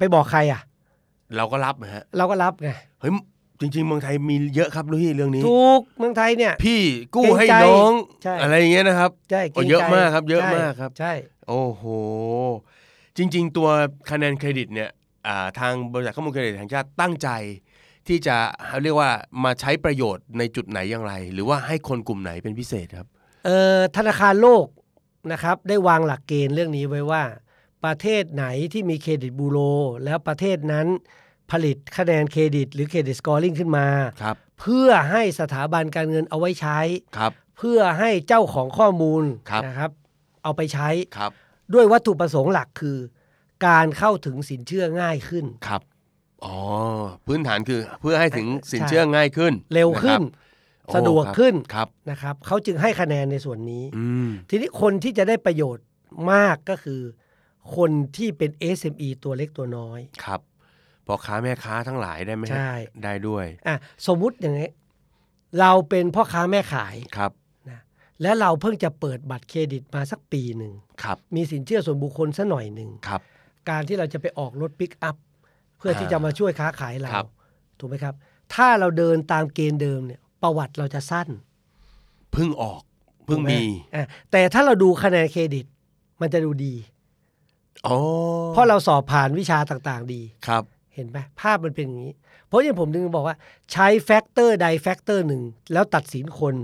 S2: ไปบอกใครอ่ะ
S1: เราก็รับนะฮะ
S2: เราก็รับไง
S1: เฮ้ยจริง ๆ เมืองไทยมีเยอะครับลูกพี่เรื่องนี้
S2: ถูกเมืองไทยเนี่ย
S1: พี่กู้ให้
S2: เกรงใจ
S1: น้อง
S2: ใช่
S1: อะไรอย่างเงี้ยนะครับ
S2: ใช่กรง
S1: โอ้เยอะ
S2: ใจ
S1: มากครับเยอะ
S2: ใช่
S1: มากครับ
S2: ใช่
S1: โอ้โห จริง ๆ ตัวคะแนนเครดิตเนี่ยอ่าทางบริษัทข้อมูลเครดิตแห่งชาติตั้งใจ ที่จะเรียกว่ามาใช้ประโยชน์ในจุดไหนอย่างไร หรือว่าให้คนกลุ่มไหนเป็นพิเศษครับ
S2: เอ่อธนาคารโลกนะครับ ได้วางหลักเกณฑ์เรื่องนี้ไว้ว่า ประเทศไหนที่มีเครดิตบูโร แล้วประเทศนั้นผลิตคะแนนเครดิต หรือเครดิตสกอร์ลิงขึ้นมา
S1: ครับ
S2: เพื่อให้สถาบันการเงินเอาไว้ใช้
S1: ครับ
S2: เพื่อให้เจ้าของข้อมูล
S1: ครับ
S2: นะครับ เอาไปใช้
S1: ครับ
S2: ด้วยวัตถุประสงค์หลักคือ การเข้าถึงสินเชื่อง่ายขึ้น
S1: ครับอ๋อพื้นฐานคือเพื่อให้ถึงสินเชื่อง่ายขึ้น
S2: เร็วขึ้น
S1: นะคบ
S2: สะดวก
S1: โอ้ครับ
S2: ขึ้น
S1: ครับ
S2: นะครับเขาจึงให้คะแนนในส่วนนี้
S1: อืม
S2: ทีนี้คนที่จะได้ประโยชน์มากก็คือ คนที่เป็น SME ตัวเล็กตัวน้อย
S1: ครับพอค้าแม่ค้าทั้งหลายได้ไหมฮะ
S2: ใช่
S1: ได้ด้วย
S2: อ่ะสมมุติอย่างนี้เราเป็นพ่อค้าแม่ขาย
S1: ครับ
S2: และเราเพิ่งจะเปิดบัตรเครดิตมาสักปีหนึ่ง
S1: ครับ
S2: มีสินเชื่อส่วนบุคคลซะหน่อยหนึ่ง
S1: ครับ
S2: การที่เราจะไปออกรถปิกอัพเพื่อที่
S1: อ่า
S2: จะมาช่วยค้าขายเรา
S1: ครับ
S2: ถูกไหมครับ ถ้าเราเดินตามเกณฑ์เดิมเนี่ยประวัติเราจะสั้น
S1: เพิ่งออกเพิ่ง
S2: ถูกไห
S1: มี
S2: อ่ะแต่ถ้าเราดูคะแนนเครดิต มันจะดูดี
S1: อ๋อ
S2: เพราะเราสอบผ่านวิชาต่างๆ ดี
S1: ครับ
S2: เห็นไหมภาพมันเป็นอย่างนี้ เพราะอย่างผมถึงบอกว่าใช้แฟกเตอร์ใดแฟกเตอร์หนึ่ง แล้วตัดสินคน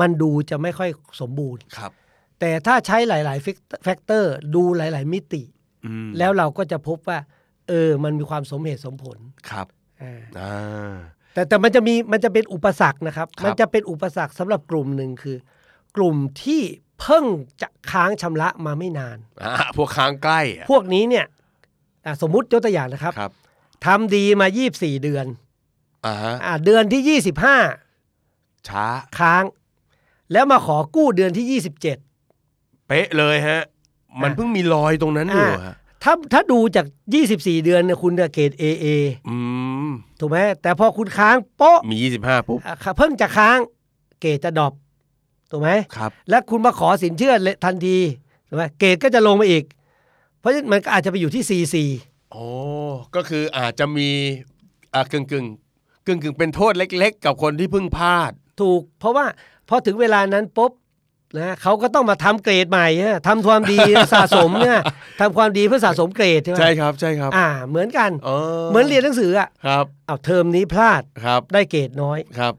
S2: มันดูจะไม่ค่อยสมบูรณ์
S1: ครับ
S2: แต่ถ้าใช้หลายๆแฟกเตอร์ดูหลาย ๆ มิติ
S1: อืม
S2: แล้วเราก็จะพบว่า เออมันมีความสมเหตุสมผล
S1: ครับ
S2: อ่า
S1: อ่า
S2: แต่แต่มันจะมีมันจะเป็นอุปสรรคนะครับ
S1: ครับ
S2: มันจะเป็นอุปสรรคสำหรับกลุ่มหนึ่งคือ กลุ่มที่เพิ่งจะค้างชำระมาไม่นาน
S1: อ่าพวกค้างใกล้อะ
S2: พวกนี้เนี่ยอ่ะสมมติยกตัวอย่างนะครับ
S1: ครับ
S2: ทำดีมา 24 เดือน
S1: อ่าฮะ
S2: อ่ะเดือนที่ 25
S1: ช้า
S2: ค้าง แล้วมาขอกู้เดือนที่ 27
S1: เป๊ะเลยฮะ มัน
S2: อ่ะ
S1: เพิ่งมีรอยตรงนั้นอยู่
S2: อ่ะ
S1: ฮะ
S2: ถ้าถ้าดูจาก 24 เดือนเนี่ยคุณจะเกรด AA
S1: อืม
S2: ถูกไหมแต่พอคุณค้างโป๊ะ
S1: มี 25 ปุ๊บ
S2: อ่ะเพิ่งจะค้างเกรดจะดรอปถูกไหม
S1: ครับ
S2: และคุณมาขอสินเชื่อเลยทันทีถูกไหมเกรดก็จะลงมาอีก เพราะฉะนั้นมันก็อาจจะไปอยู่ที่ 4
S1: โอ้ก็คืออาจจะมีอ่ากึ่งกึ่งกึ่งกึ่งๆเป็นโทษเล็ก ๆ กับคนที่เพิ่งพลาด
S2: 4 ถูก เพราะว่าพอถึงเวลานั้นปุ๊บนะเขาก็ต้องมาทำเกรดใหม่ฮะทำความดี สะสมเนี่ยทำความดีเพื่อสะสมเกรดใช่ไหม
S1: ใช่ครับใช่ครับ
S2: อ่า เหมือนกัน
S1: อ๋อ
S2: เหมือนเรียนหนังสืออ่ะ
S1: ครับ
S2: เอาเทอมนี้พลาด
S1: ครับ
S2: ได้เกรดน้อย
S1: ครับ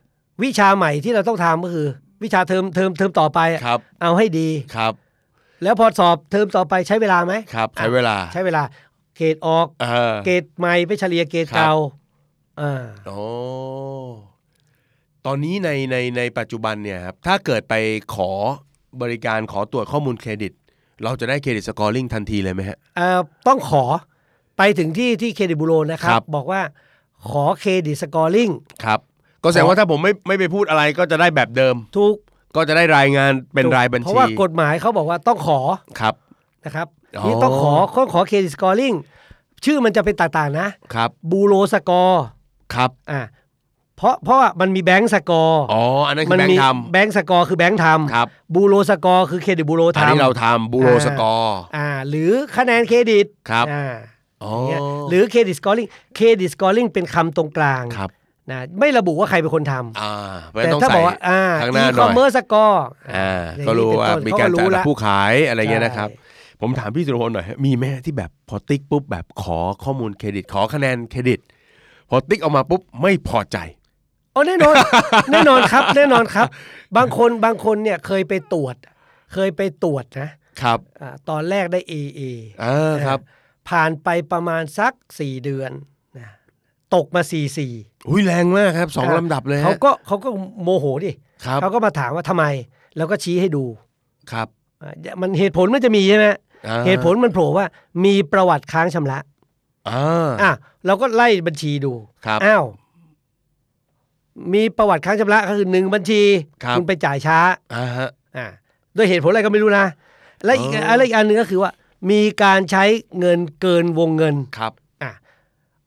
S2: วิชาใหม่ที่เราต้องทำก็คือ วิชาเทอมเทอมเทอมต่อไปอะ
S1: ครับ
S2: เอาให้ดี
S1: ครับ
S2: แล้วพอสอบเทอมต่อไปใช้เวลาไหม
S1: ครับ ใช้เวลา
S2: ใช้เวลาเกรดออก
S1: เออ
S2: เกรดใหม่ไปเฉลี่ยเกรด
S1: ครับ
S2: เก่าอ่า
S1: โอ้ตอนนี้ในในในปัจจุบันเนี่ยครับ ถ้าเกิดไปขอบริการขอตรวจข้อมูลเครดิต เราจะได้เครดิตสกอร์ลิงทันทีเลยไหมฮะ
S2: เอ่อต้องขอไปถึงที่ที่เครดิตบูโรนะครับ
S1: ครับ
S2: บอกว่าขอเครดิตสกอร์ลิง
S1: ครับ ก็แสดงว่าถ้าผมไม่ไม่ไปพูดอะไรก็จะได้แบบเดิม
S2: ถูก
S1: ก็จะได้รายงานเป็นรายบัญ
S2: เพ
S1: ชี
S2: ราะว่ากฎหมายเขาบอกว่าต้องขอ
S1: ครับ
S2: นะครับ
S1: อ๋อ
S2: นี่ต้องขอต้องขอเครดิตสกอร์ลิงชื่อมันจะเป็นต่างๆนะครับ บูโรสกอร์
S1: ครับ
S2: อ่าเพราะเพราะว่ามันมีแบงก์สกอร์
S1: อ๋ออันนั้นคื
S2: มั
S1: อแบง
S2: มี
S1: ค์ท
S2: แบงก์สกอร์คือแบงก์ท
S1: ำครับ
S2: ำบูโรสกอร์คือเครดิตบูโร
S1: อันนี้เรา
S2: ทำ
S1: ทำบูโร
S2: อ่า
S1: สกอร์
S2: อ่าหรือคะแนนเครดิต
S1: ครับ
S2: อ่า
S1: อ๋อ
S2: อย่าง
S1: อ
S2: เงี้ยหรือเครดิตสกอร์ลิงเครดิตสกอร์ลิงเป็นคำตรงกลาง
S1: ครับ
S2: นะไม่ระบุว่าใครเป็นคนทำ
S1: อ่าเพราะฉะ
S2: แต่
S1: นั้นต้อง
S2: ถ้าบ
S1: ใส่
S2: อกว่าอ่า
S1: ข้างหน้าห
S2: อีค
S1: น่
S2: อ
S1: อย
S2: มเมิร์ซก็
S1: อ่าก็รู้ว่ามีการจ่ายรับผู้ขายอะไรเงี้ยนะครับ ผมถามพี่สุรพลหน่อยฮะมีไหมที่แบบพอติ๊กปุ๊บแบบขอข้อมูลเครดิต ขอคะแนนเครดิต พอติ๊กออกมาปุ๊บไม่พอใจ
S2: โอ้แน่นอน แน่นอนครับ แน่นอนครับ บางคนบางคนเนี่ยเคยไปตรวจ เคยไปตรวจนะครับ อ่าตอนแรกได้ AA
S1: เออครับ
S2: ผ่านไปประมาณสัก 4 เดือนนะตกมา 44
S1: อุ้ยแรงมากครับสองลำดับเลยฮะ
S2: เขาก็เขาก็โมโหดิ
S1: ครับ
S2: เขาก็มาถามว่าทำไม แล้วก็ชี้ให้ดู
S1: ครับ
S2: อ่ามันเหตุผลมันจะมีใช่ไหม
S1: อ่า
S2: เหตุผลมันโผล่ว่ามีประวัติค้างชำระ
S1: อ่า
S2: อ่ะเราก็ไล่บัญชีดู
S1: ครับ
S2: อ้าว มีประวัติค้างชำระก็คือหนึ่งบัญชี
S1: ครับ
S2: ณไปจ่ายช้า
S1: อ่าฮะ
S2: อ่าด้วยเหตุผลอะไรก็ไม่รู้นะ และอีก
S1: เอออั
S2: อะไรอีกอันหนึ่งก็คือว่า มีการใช้เงินเกินวงเงิน
S1: ครับ
S2: อ่ะ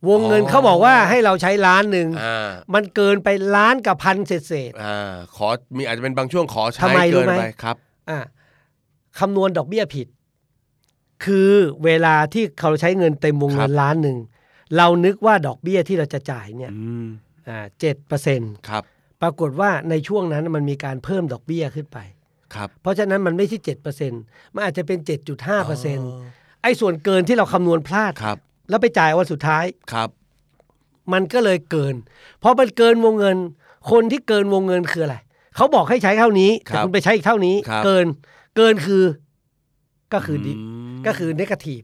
S2: วงเงิน
S1: อ๋อ
S2: เขาบอกว่าให้เราใช้ล้านหนึ่ง
S1: อ่า
S2: มันเกินไปล้านกับพันเศษเศษ
S1: อ่า ขอ มีอาจจะเป็นบางช่วงขอใช้
S2: ทำไมรู้
S1: เกิน
S2: ไหม
S1: ไปครับ
S2: ๆอ่ะคำนวณดอกเบี้ยผิด คือเวลาที่เขาใช้เงินเต็มวงเงินล้านหนึ่งเรานึกว่าดอกเบี้ยที่เราจะจ่ายเนี่ย
S1: อืม
S2: อ่าเจ็ดเปอร์เซ็นต์
S1: ครับ
S2: ปรากฏว่าในช่วงนั้นมันมีการเพิ่มดอกเบี้ยขึ้นไป
S1: ครับ
S2: เพราะฉะนั้นมันไม่ใช่เจ็ดเปอร์เซ็นมันอาจจะเป็นเจ็ดจุดห้าเปอร์เซ็น
S1: อ
S2: ไอ้ส่วนเกินที่เราคำนวณพลาด
S1: ครับ
S2: แล้วไปจ่ายวันสุดท้าย
S1: ครับ
S2: มันก็เลยเกิน เพราะมันเกินวงเงิน คนที่เกินวงเงินคืออะไร เขาบอกให้ใช้เท่านี้
S1: ครับ
S2: แต่คุณไปใช้อีกเท่านี้
S1: ครับ
S2: เกิน เกินคือ ก็คือดี
S1: ม
S2: ก็คือเนกาทีฟ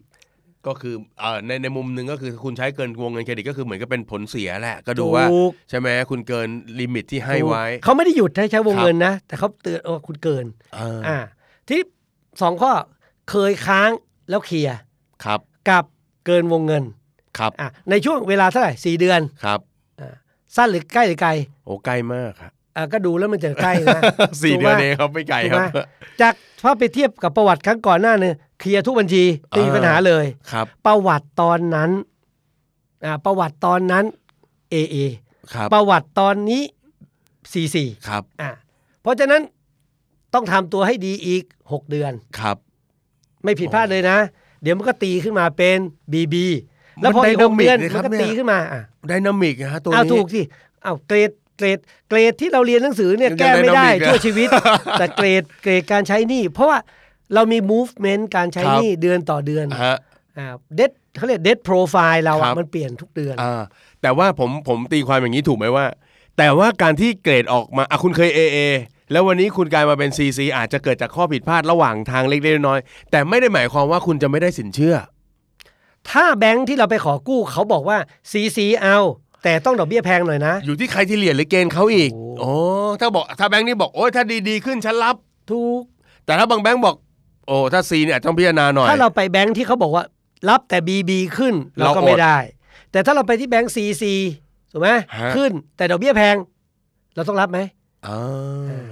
S1: ก็คือเอ่อใน ในมุมหนึ่งก็คือคุณใช้เกินวงเงินเครดิตก็คือเหมือนก็เป็นผลเสียแหละ ก็ดูว่า
S2: ถูก
S1: ใช่ไหมคุณเกินลิมิตที่ให้ไว้
S2: เขาไม่ได้หยุดให้ใช้วง
S1: ครับ
S2: เงินนะ แต่เขาเตือนว่าคุณเกิน
S1: เอ่า
S2: อ่า ที่สองข้อ เคยค้างแล้วเคลียร์
S1: ครับ
S2: กับเกินวงเงิน
S1: ครับ
S2: อ่ะในช่วงเวลาเท่าไหร่สี่เดือน
S1: ครับ
S2: อ่ะสั้นหรือใกล้หรือไกล
S1: โอ้ใกล้มากครับ
S2: อ่ะก็ดูแล้วมันจะใกล้นะ
S1: สี่
S2: ถูก
S1: เดือน
S2: ปะ
S1: เองครับไม่ไกล
S2: ถูก
S1: ครับ
S2: ปะจากถ้าไปเทียบกับประวัติครั้งก่อนหน้าเนี่ยเคลียร์ทุกบัญชีไม่มี
S1: อ่า
S2: ปัญหาเลย
S1: ครับ
S2: ประวัติตอนนั้นอ่ะประวัติตอนนั้นเอเอ
S1: ครับ
S2: ประวัติตอนนี้สี่สี่
S1: ครับ
S2: อ่ะเพราะฉะนั้นต้องทำตัวให้ดีอีกหกเดือน
S1: ครับ
S2: ไม่ผิดพลาดเลยนะ เดี๋ยวมันก็ตีขึ้นมาเป็นบีบี
S1: มัน
S2: แล้วพออีกหก
S1: dynamic
S2: เดือน
S1: เลยค
S2: มั
S1: รั
S2: น
S1: บ
S2: ก็
S1: เนี่ย
S2: ตีขึ้นมาอ่ะ
S1: ไดนามิกนะฮะตัว
S2: เอา
S1: นี้
S2: ถูกสิเอาเกรดเกรดเกรดที่เราเรียนหนังสือเนี่ย
S1: ยัง
S2: แก้ไม่
S1: ได้
S2: ได้
S1: dynamic นะ
S2: ทั่วชีวิต แต่เกรดเกรดการใช้หนี้เพราะว่าเรามี movement การใช้หนี้เดือนต่อเดือน
S1: ฮะ
S2: อ่าเดทเขาเรียกเดทโปรไฟล์เรา
S1: ครั
S2: อ่ะ
S1: บ
S2: มันเปลี่ยนทุกเดือน
S1: อ่าแต่ว่าผมผมตีความอย่างนี้ถูกไหมว่า แต่ว่าการที่เกรดออกมาอ่ะคุณเคย AA แล้ววันนี้คุณกลายมาเป็น CC อาจจะเกิดจากข้อผิดพลาดระหว่างทางเล็กๆน้อยๆแต่ไม่ได้หมายความว่าคุณจะไม่ได้สินเชื่อ
S2: ถ้าแบงค์ที่เราไปขอกู้เขาบอกว่า CC เอา แต่ต้องดอกเบี้ยแพงหน่อยนะ
S1: อยู่ที่ใครที่เรียนหรือเกณฑ์เขาอีก
S2: โอ้
S1: โอ้ถ้าบอกถ้าแบงค์นี่บอกโอ้ยถ้าดีๆขึ้นฉันรับ
S2: ถูก
S1: แต่ถ้าบางแบงค์บอก โอ้ถ้า C เนี่ยอาจต้องพิจารณาหน่อย
S2: ถ้าเราไปแบงค์ที่เขาบอกว่า รับแต่ BB ขึ้นเรา
S1: เรา
S2: ก็ไม่
S1: อด
S2: ได้ แต่ถ้าเราไปที่แบงค์ CC ถูกไหม
S1: ฮะ
S2: ขึ้นแต่ดอกเบี้ยแพง เราต้องรับไหม
S1: อ่า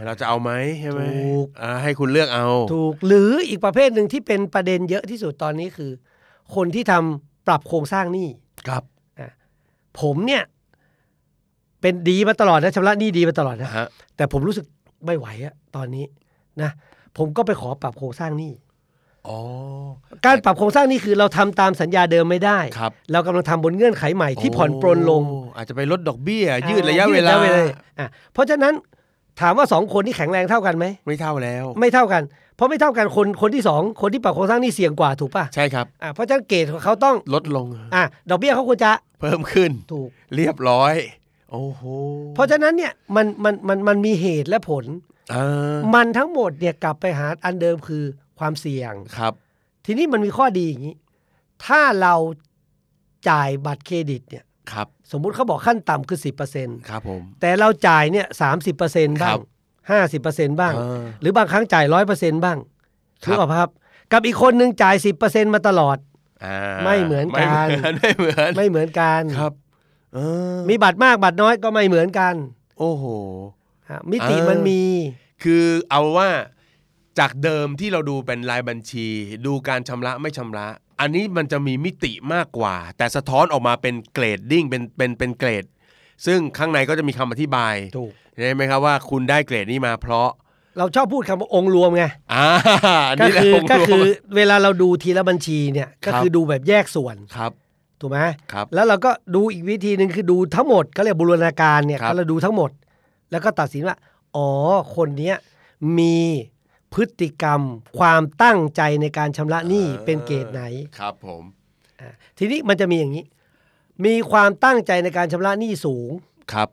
S1: เราจะเอาไหมใช่ไหม
S2: ถูก
S1: อ่าให้คุณเลือกเอา
S2: ถูกหรืออีกประเภทหนึ่งที่เป็นประเด็นเยอะที่สุดตอนนี้คือ คนที่ทำปรับโครงสร้างหนี้
S1: ครับ
S2: ผมเนี่ย เป็นดีมาตลอดนะชำระหนี้ดีมาตลอดนะ
S1: ฮะ
S2: แต่ผมรู้สึกไม่ไหวอะตอนนี้นะผมก็ไปขอปรับโครงสร้างหนี้
S1: อ๋อ
S2: การปรับโครงสร้างหนี้คือเราทำตามสัญญาเดิมไม่ได้
S1: ครับ
S2: เรากำลังทำบนเงื่อนไขใหม่ที่ผ่อนปรนลง
S1: โอ้อาจจะไปลดดอกเบี้ย ยืดระยะเวลา
S2: ดอ่ะเพราะฉะนั้นถามว่าสองคนที่แข็งแรงเท่ากันไหม
S1: ไม่เท่าแล้ว
S2: ไม่เท่ากัน เพราะไม่เท่ากันคนคนที่สองคนที่ปรับโครงสร้างหนี้เสี่ยงกว่าถูกป่ะ
S1: ใช่ครับ
S2: อ่ะเพราะฉะนั้นเกรดของเขาต้อง
S1: ลดลง
S2: อ่ะดอกเบี้ยเขาควรจะ
S1: เพิ่มขึ้น
S2: ถูก
S1: เรียบร้อย โอ้โห
S2: เพราะฉะนั้นเนี่ยมันมันมันมันมีเหตุและผล
S1: อ่า
S2: มันทั้งหมดเนี่ยกลับไปหาอันเดิมคือความเสี่ยง
S1: ครับ
S2: ทีนี้มันมีข้อดีอย่างนี้ ถ้าเราจ่ายบัตรเครดิตเนี่ย
S1: ครับ
S2: สมมุติเขาบอกขั้นต่ำคือ 10%
S1: ครับผม
S2: แต่เราจ่ายเนี่ยสา
S1: ค
S2: บ้าง
S1: รับ
S2: 50%บ้าง
S1: เออ
S2: หรือบางครั้งจ่าย 100%บ้าง
S1: ครับ
S2: ถูกไหมครับ กับอีกคนหนึ่งจ่าย 10%มาตลอด
S1: อ่า
S2: ไม่เหมือนกัน
S1: ไม่เหมือนไม่เหมือน
S2: ไม่เหมือนกัน
S1: ครับเออ
S2: มีบัตรมากบัตรน้อยก็ไม่เหมือนกัน
S1: โอ้โห
S2: ฮะมิติ
S1: เออ
S2: มันมี
S1: คือเอาว่าจากเดิมที่เราดูเป็นรายบัญชี ดูการชำระไม่ชำระ อันนี้มันจะมีมิติมากกว่า แต่สะท้อนออกมาเป็นเกรดดิ้งเป็นเป็นเป็นเกรด ซึ่งข้างในก็จะมีคำอธิบาย
S2: ถูก
S1: ใช่ไหมครับว่าคุณได้เกรดนี้มาเพราะ
S2: เราชอบพูดคำว่าองค์รวมไง
S1: อ่าอัน
S2: ก็
S1: นี้แหละ
S2: คือ
S1: ผม
S2: ก็
S1: รู้
S2: คือเวลาเราดูทีละบัญชีเนี่ยก็
S1: ครับ
S2: คือดูแบบแยกส่วน
S1: ครับ
S2: ถูกไหม
S1: ครับ
S2: แล้วเราก็ดูอีกวิธีหนึ่งคือดูทั้งหมดก็เรียกบูรณาการเนี่ย
S1: ครับ
S2: ก็เราดูทั้งหมด แล้วก็ตัดสินว่า อ๋อ คนเนี้ยมีพฤติกรรม ความตั้งใจในการชำระหนี้เป็นเกรดไหน
S1: ครับผม
S2: อ่ะทีนี้มันจะมีอย่างนี้ มีความตั้งใจในการชำระหนี้สูง
S1: ครับ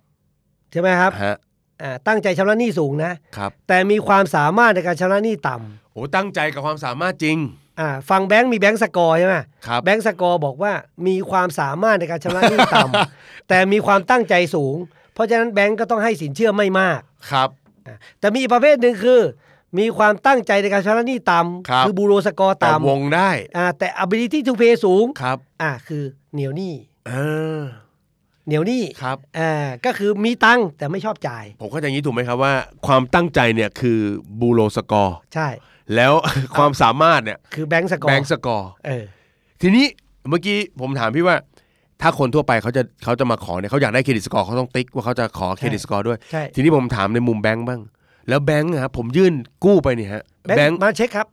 S2: ใช่ไหมครับ
S1: ฮะ
S2: อ่าตั้งใจชำระหนี้สูงนะ
S1: ครับ
S2: แต่มีความสามารถในการชำระหนี้ต่ำ
S1: โอ้ตั้งใจกับความสามารถจริง
S2: อ่าฟังแบงค์มีแบงค์สกอร์ใช่ไหม
S1: ครับ
S2: แบงก์สกอร์บอกว่ามีความสามารถในการชำระหนี้ต่ ำ แต่มีความตั้งใจสูง เพราะฉะนั้นแบงก์ก็ต้องให้สินเชื่อไม่มาก
S1: ครับ
S2: อ่ะแต่มีอีกประเภทหนึ่งคือ มีความตั้งใจในการชำระหนี้ต่
S1: ครับ
S2: ำคือบูโรสกอร์
S1: แต่ว
S2: ต่ำ
S1: งได้
S2: อ่ะแต่ ability to pay สูง
S1: ครับ
S2: อ่ะคือเหนียวหนี้
S1: เออ
S2: เหนียวหนี้
S1: ครับ
S2: อ่าก็คือมีตังค์แต่ไม่ชอบจ่าย
S1: ผมเข้าใจอย่างนี้ถูกไหมครับว่าความตั้งใจเนี่ยคือบูโรสกอร์
S2: ใช่
S1: แล้ว ความสามารถเนี่ย
S2: คือแบงก์สกอ
S1: แบ
S2: ร์
S1: งก์สกอร์
S2: เออ
S1: ทีนี้เมื่อกี้ผมถามพี่ว่า ถ้าคนทั่วไปเขาจะเขาจะมาขอเนี่ยเขาอยากได้เครดิตสกอร์เขาต้องติ๊กว่าเขาจะขอเครดิตสกอร์ด้วย
S2: ใช่
S1: ทีนี้ผมถามในมุมแบงก์บ้าง แล้วแบงก์นะครับผมยื่นกู้ไปเนี่ยฮะ
S2: แบ
S1: แบง
S2: ง
S1: ก์
S2: ก์มาเช็คครับ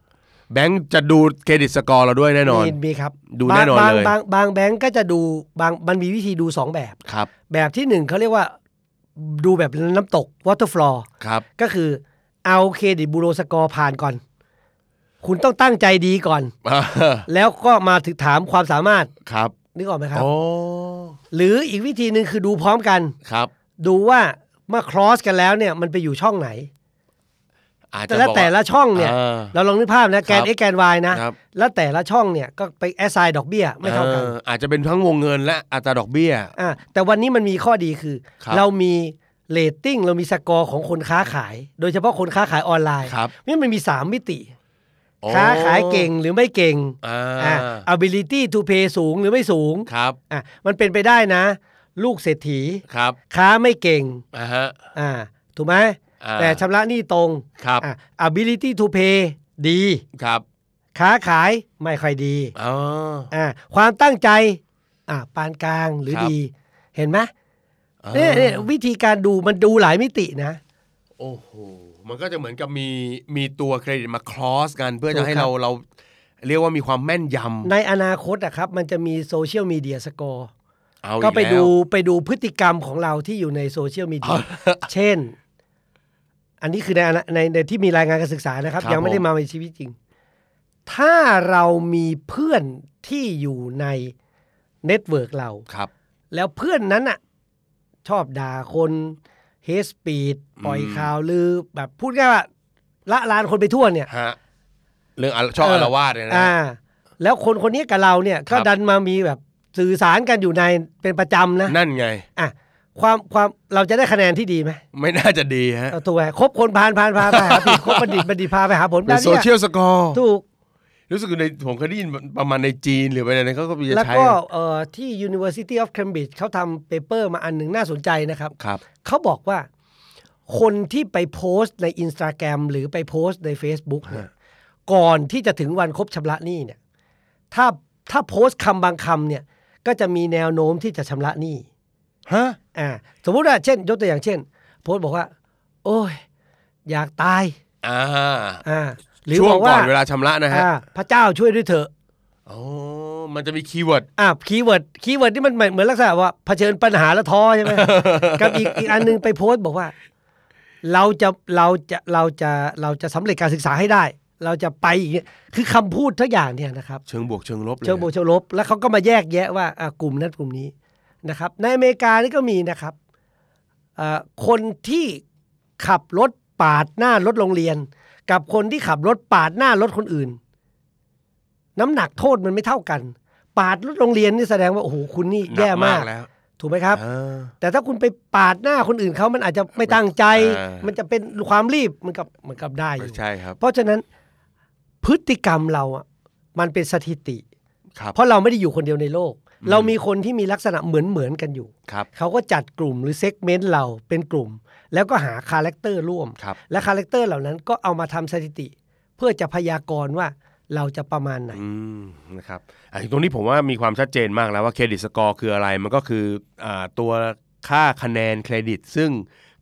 S1: แบงก์จะดูเครดิตสกอร์เราด้วยแน่นอน
S2: มีมีครับ
S1: ดูแน่นอน
S2: บาง
S1: เลย
S2: บางบางแบงก์ก็จะดูบางมันมีวิธีดูสองแบบ
S1: ครับ
S2: แบบที่หนึ่งเขาเรียกว่าดูแบบน้ำตก waterfall
S1: ครับ
S2: ก็คือเอาเครดิตบูโรสกอร์ผ่านก่อน คุณต้องตั้งใจดีก่อน
S1: อ่า
S2: แล้วก็มาถึงถามความสามารถ
S1: ครับ
S2: นึกออกไหมครับ
S1: โอ้
S2: หรืออีกวิธีหนึ่งคือดูพร้อมกัน
S1: ครับ
S2: ดูว่าเมื่อครอสกันแล้วเนี่ยมันไปอยู่ช่องไหน
S1: อาจจะ
S2: แต่ละ
S1: บอกว่า
S2: แต่ละช่องเนี่ย
S1: อ่า
S2: เราลองนึกภาพนะแก
S1: ค
S2: น
S1: รับ
S2: x แกน y นะ
S1: ครับ
S2: แล้วแต่ละช่องเนี่ยก็ไปแอสไซน์ดอกเบี้ยไม่เท่ากัน
S1: อออาจจะเป็นทั้งวงเงินและอัตราดอกเบี้ย
S2: อ่าแต่วันนี้มันมีข้อดีคือ
S1: ครับ
S2: เรามีเลตติ้งเรามีสกอร์ของคนค้าขาย โดยเฉพาะคนค้าขายออนไลน์
S1: ครับ
S2: นี่มันมี 3 มิติ ค้าขายเก่งหรือไม่เก่ง
S1: อ่า
S2: อ่ะ ability to pay สูงหรือไม่สูง
S1: ครับ
S2: อ่ะมันเป็นไปได้นะ ลูกเศรษฐี
S1: ครับ
S2: ค้าไม่เก่ง
S1: อ่าฮะ
S2: อ่าถูกไหม
S1: อ่า
S2: แต่ชำระหนี้ตรง
S1: ครับ
S2: อ่ะ ability to pay ดี
S1: ครับ
S2: ค้าขายไม่ค่อยดี
S1: อ๋อ
S2: อ่ะความตั้งใจอ่ะปานกลางหรือ
S1: ครับ
S2: ดี เห็นไหม
S1: อ่า
S2: เนี่ยเนี่ยวิธีการดูมันดูหลายมิตินะ
S1: โอ้โหมันก็จะเหมือนกับมีมีตัวเครดิตมาคลอสกัน เพื่อจะให้
S2: ถูกครับ
S1: เราเรา เรียกว่ามีความแม่นย
S2: ในอนาคตอะครับมันจะมีโซเชียลมีเดียสกอร์
S1: ำเอาอี
S2: ก็ไป
S1: แล้ว
S2: ดูไปดูพฤติกรรมของเราที่อยู่ในโซเชียลมีเดี
S1: เอา
S2: ย เช่น อันนี้คือในอนาในในที่มีรายงานการศึกษานะครับ
S1: ครับ
S2: ยังไม่ได้
S1: ผม
S2: มาในชีวิตจริง ถ้าเรามีเพื่อนที่อยู่ในเน็ตเวิร์กเรา
S1: ครับ
S2: แล้วเพื่อนนั้นอ่ะ ชอบด่าคนเฮสปีดปล่อยข่าวลือ แบบพูดง่ายว่า ละลานคนไปทั่วเนี่ย
S1: ฮะเรื่องอ่ะชอบ
S2: เอออ
S1: อารวาสเนี่ยนะ
S2: อ่า แล้วคนคนนี้กับเราเนี่ย ก็ดันมามีแบบสื่อสารกันอยู่ในเป็นประจำนะ
S1: นั่นไง
S2: อ่ะความความเราจะได้คะแนนที่ดีไหม
S1: ไม่น่าจะดีฮะ
S2: เอาตัวแหวคบคนพานพานพาไปหาผิดคบบัณฑิตบัณฑิตพาไปหาผล
S1: เป็
S2: แบ
S1: น
S2: บ
S1: โซ
S2: เนี้
S1: เชียลสกอร์
S2: ถูก
S1: รู้สึกในผมเคยได้ยินประมาณในจีนหรือไปอะไรนะเขาก็มีจะ
S2: แล้ว
S1: ใช้
S2: ก็
S1: กัน
S2: เอ่อที่ University of Cambridge เขาทำเปเปอร์มาอันหนึ่งน่าสนใจนะครับ
S1: ครับ
S2: เขาบอกว่า คนที่ไปโพสต์ใน Instagram หรือไปโพสต์ใน Facebook เนี่ยก่อนที่จะถึงวันครบชำระหนี้เนี่ยถ้าถ้าโพสต์คำบางคำเนี่ยก็จะมีแนวโน้มที่จะชำระหนี้
S1: ฮะ
S2: อ่าสมมุติว่าเช่น ยกตัวอย่างเช่น โพสต์บอกว่า โอ้ย อยากตาย
S1: อ่า
S2: อ่าหรือบ
S1: ช่วง
S2: อก
S1: ก่
S2: ว่า
S1: อนเวลาชำระนะฮะ
S2: อ่าพระเจ้าช่วยด้วยเถอะ
S1: อ๋อมันจะมีคีย์เวิร์ด
S2: อ่าคีย์เวิร์ดคีย์เวิร์ดนี่มันเหมือนเหมือนลักษณะว่าเผชิญปัญหาและท้อใช่ไหม กับอีกอีกอันหนึงไปโพสต์บอกว่า เราจะเราจะเราจะเราจะสำเร็จการศึกษาให้ได้ เราจะไปอีกเนี่ยคือคำพูดทุกอย่างเนี่ยนะครับ
S1: เชิงบวกเชิงลบเลย
S2: เชิงบวก
S1: นะ
S2: เชิงลบแล้วเขาก็มาแยกแยะว่าอ่ะกลุ่มนั้นกลุ่มนี้นะครับ ในอเมริกานี่ก็มีนะครับ เอ่อคนที่ขับรถปาดหน้ารถโรงเรียน กับคนที่ขับรถปาดหน้ารถคนอื่น น้ำหนักโทษมันไม่เท่ากัน ปาดรถโรงเรียนนี่แสดงว่าโอ้โหคุณนี่
S3: หนัก
S2: แย่มาก
S3: แล้ว
S2: ถูกไหมครับ
S3: เออ
S2: แต่ถ้าคุณไปปาดหน้าคนอื่นเขามันอาจจะไม่ตั้งใจ
S3: อ่ามั
S2: มันจะเป็นความรีบมันกับมันกับได้อยู่
S3: ใช่ครับ
S2: เพราะฉะนั้นพฤติกรรมเราอ่ะมันเป็นสถิติ
S3: ครับ
S2: เพราะเราไม่ได้อยู่คนเดียวในโลก เรามีคนที่มีลักษณะเหมือนเหมือนๆกันอยู่
S3: ครับ
S2: เขาก็จัดกลุ่มหรือเซกเมนต์เราเป็นกลุ่ม แล้วก็หาคาแรคเตอร์ร่วม
S3: ครับ
S2: และคาแรคเตอร์เหล่านั้นก็เอามาทำสถิติ เพื่อจะพยากรณ์ว่าเราจะประมาณไหน
S3: อืมนะครับ
S1: อ่ะตรงนี้ผมว่ามีความชัดเจนมากแล้วว่าเครดิตสกอร์คืออะไร มันก็คืออาตัวค่าคะแนนเครดิต ซึ่ง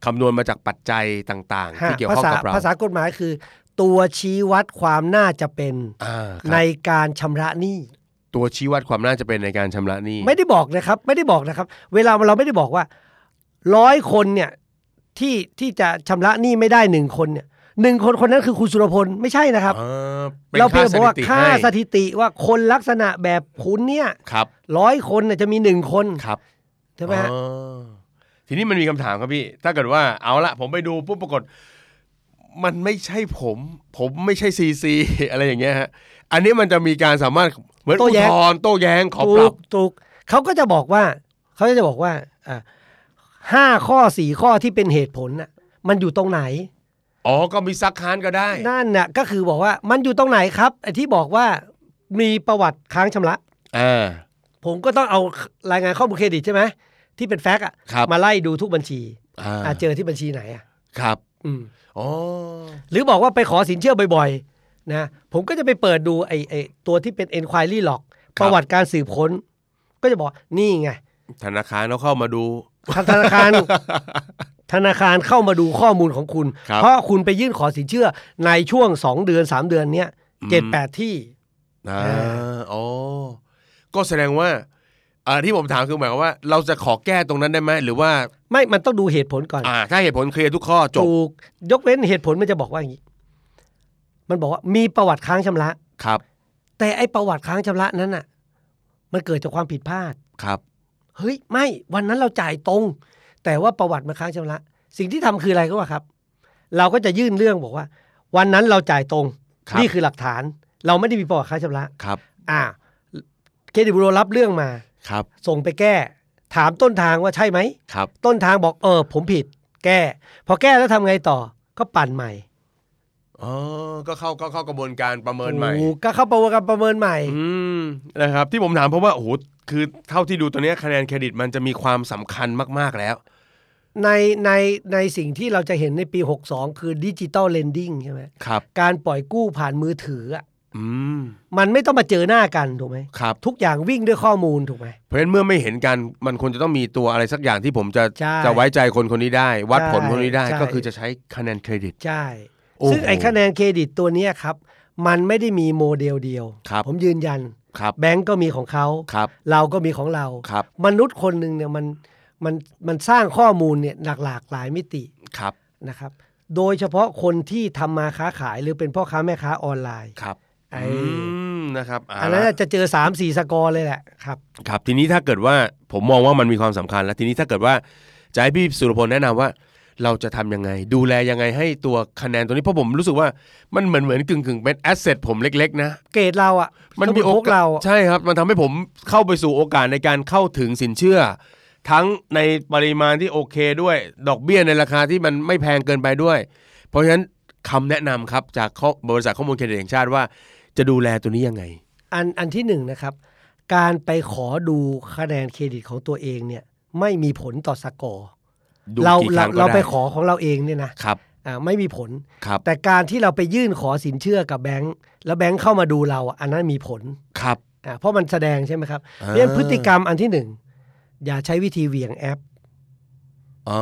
S1: คำนวณมาจากปัจจัยต่างๆ
S2: ฮะ
S1: ที่เกี่ยว
S2: ภา
S1: ข้อง
S2: ษา
S1: กับเรา
S2: ภาษากฎหมายคือ ตัวชี้วัดความน่าจะเป็น
S1: อ่าครับ
S2: ในการชำระหนี้
S1: ตัวชี้วัดความน่าจะเป็นในการชำระหนี้
S2: ไม่ได้บอกนะครับ ไม่ได้บอกนะครับ เวลาเราไม่ได้บอกว่าร้อยคนเนี่ยที่ที่จะชำระหนี้ไม่ได้หนึ่งคนเนี่ยหนึ่งคนคนนั้นคือคุณสุรพลไม่ใช่นะครับ
S1: อ่าป็น
S2: เราเพียงแต่บอกว่า
S1: สถิติ
S2: ค่า
S1: ให้
S2: สถิติว่าคนลักษณะแบบคุณเนี่ย
S1: ครับ
S2: ร้อยคนเนี่ยจะมีหนึ่งคน
S1: ครับ
S2: ใช่ไหมฮะ
S1: อ๋อทีนี้มันมีคำถามครับพี่ ถ้าเกิดว่าเอาละผมไปดูปุ๊บปรากฏ มันไม่ใช่ผม ผมไม่ใช่ซีซี อะไรอย่างเงี้ยฮะอันนี้มันจะมีการสามารถเหมือนอุทธรณ์โต้แย้งขอป
S2: ถู
S1: รับ
S2: กถูกเขาก็จะบอกว่าเขาจะบอกว่าอ่าห้าข้อสี่ข้อที่เป็นเหตุผลน่ะมันอยู่ตรงไหน
S1: อ๋อ ก็มีซักค้านก็ได้
S2: นั่นน่ะก็คือบอกว่ามันอยู่ตรงไหนครับไอ้ที่บอกว่ามีประวัติค้างชำระ
S1: อ่า
S2: ผมก็ต้องเอารายงานข้อมูลเครดิตใช่ไหมที่เป็นแฟกต์อะ
S1: ครับ
S2: มาไล่ดูทุกบัญชี
S1: อ่า
S2: อ่ะเจอที่บัญชีไหนอ่ะ
S1: ครับ
S2: อืม
S1: อ๋อ
S2: หรือบอกว่าไปขอสินเชื่อบ่อยๆนะผมก็จะไปเปิดดูไอ้ไอ้ตัวที่เป็น enquiry log
S1: ครับ
S2: ประวัติการสืบค้น ก็จะบอกนี่ไง
S1: ธนาคารเขาเข้ามาดู
S2: ทางธนาคาร ธนาคารเข้ามาดูข้อมูลของคุณ
S1: ครับ
S2: เพราะคุณไปยื่นขอสินเชื่อในช่วง 2 เดือน 3 เดือนเนี้ยเจ็ดแปดที่
S1: อ่า
S2: อ่
S1: อ๋อ ก็แสดงว่าอ่าที่ผมถามคือหมายความว่า เราจะขอแก้ตรงนั้นได้ไหม หรือว่า
S2: ไม่มันต้องดูเหตุผลก่อน
S1: อ่า ถ้าเหตุผลเคลียร์ทุกข้อจบ
S2: ถูกยกเว้นเหตุผลมันจะบอกว่าอย่างนี้ มันบอกว่ามีประวัติค้างชำระ
S1: ครับ
S2: แต่ไอประวัติค้างชำระนั้นน่ะ มันเกิดจากความผิดพลาด
S1: ครับ
S2: เฮ้ยไม่วันนั้นเราจ่ายตรง แต่ว่าประวัติมันค้างชำระ สิ่งที่ทำคืออะไรก็ว่าครับ เราก็จะยื่นเรื่องบอกว่า วันนั้นเราจ่ายตรง
S1: ครับ
S2: นี่คือหลักฐาน เราไม่ได้มีประวัติค้างชำระ
S1: ครับ
S2: อ่าเครดิตบูโรรับเรื่องมา
S1: ครับ
S2: ส่งไปแก้ ถามต้นทางว่าใช่ไหม
S1: ครับ
S2: ต้นทางบอกเออ ผมผิด แก้ พอแก้แล้วทำไงต่อ ก็ปั่นใหม่
S1: อ๋อ ก็เข้าก็เข้ากระบวนการประเมินใหม่
S2: โอ้ก็เข้าประเมินการประเมินใหม่
S1: อืม นะครับ ที่ผมถามเพราะว่า โอ้โห คือเท่าที่ดูตัวเนี้ยคะแนนเครดิตมันจะมีความสำคัญมาก ๆ แล้ว
S2: ในในในสิ่งที่เราจะเห็นในปี 62 คือดิจิตอลเลนดิ้งใช่ไหม
S1: ครับ
S2: การปล่อยกู้ผ่านมือถืออะ
S1: อืม
S2: มันไม่ต้องมาเจอหน้ากันถูกไหม
S1: ครับ
S2: ทุกอย่างวิ่งด้วยข้อมูลถูกไหม
S1: เพราะฉะนั้นเมื่อไม่เห็นกันมันควรจะต้องมีตัวอะไรสักอย่างที่ผมจะ
S2: ใช่
S1: จะไว้ใจคนคนนี้ได้ วัดผลคนนี้ได้
S2: ใช่
S1: ก็คือจะใช้คะแนนเครดิต
S2: ใช่
S1: โอ้โห
S2: ซึ่งไอ้คะแนนเครดิตตัวเนี้ยครับ มันไม่ได้มีโมเดลเดียว
S1: ครับ
S2: ผมยืนยัน
S1: ครับ
S2: แบงก์ก็มีของเขา
S1: ครับ
S2: เราก็มีของเรา
S1: ครับ
S2: มนุษย์คนหนึ่งเนี่ยมันมันมันสร้างข้อมูลเนี่ยหลากหลากหลายมิติ
S1: ครับ
S2: นะครับ โดยเฉพาะคนที่ทำมาค้าขายหรือเป็นพ่อค้าแม่ค้าออนไลน์
S1: ครับ
S2: ไอ
S1: อืมนะครับเา
S2: อันนั้น
S1: ละ
S2: น่ะจะเจอสามสี่สกอร์เลยแหละครับ
S1: ครับ ทีนี้ถ้าเกิดว่าผมมองว่ามันมีความสำคัญ แล้วทีนี้ถ้าเกิดว่าจะให้พี่สุรพลแนะนำว่า เราจะทำยังไง ดูแลยังไงให้ตัวคะแนนตัวนี้เพราะผมรู้สึกว่ามันเหมือนเหมือนกึ่งกึ่งๆเป็นแอสเซทผมเล็ก ๆ นะ
S2: เกรดเราอ่ะ
S1: มันมี
S2: ส
S1: โอ
S2: พวก
S1: กา
S2: เรา
S1: ส
S2: อะ
S1: ใช่ครับ มันทำให้ผมเข้าไปสู่โอกาสในการเข้าถึงสินเชื่อ ทั้งในปริมาณที่โอเคด้วย ดอกเบี้ยในราคาที่มันไม่แพงเกินไปด้วย เพราะฉะนั้นคำแนะนำครับจากข้อบริษัทข้อมูลเครดิตแห่งชาติว่า จะดูแลตัวนี้ยังไง
S2: อันอันที่หนึ่งนะครับ การไปขอดูคะแนนเครดิตของตัวเองเนี่ยไม่มีผลต่อสกอร์
S1: ดู
S2: เรา
S1: กี่ค
S2: เรา
S1: รั้งก็
S2: เรา
S1: ได้
S2: ไปขอของเราเองเนี่ยนะครับ อ่าไม่มีผล
S1: ครับ
S2: แต่การที่เราไปยื่นขอสินเชื่อกับแบงก์แล้วแบงก์เข้ามาดูเราอะอันนั้นมีผล
S1: ครับ
S2: อ่าเพราะมันแสดงใช่ไหมครับ
S1: อ่า
S2: เพราะฉะนั้นพฤติกรรมอันที่หนึ่งอย่าใช้วิธีเหวี่ยงแอป
S1: อ๋อ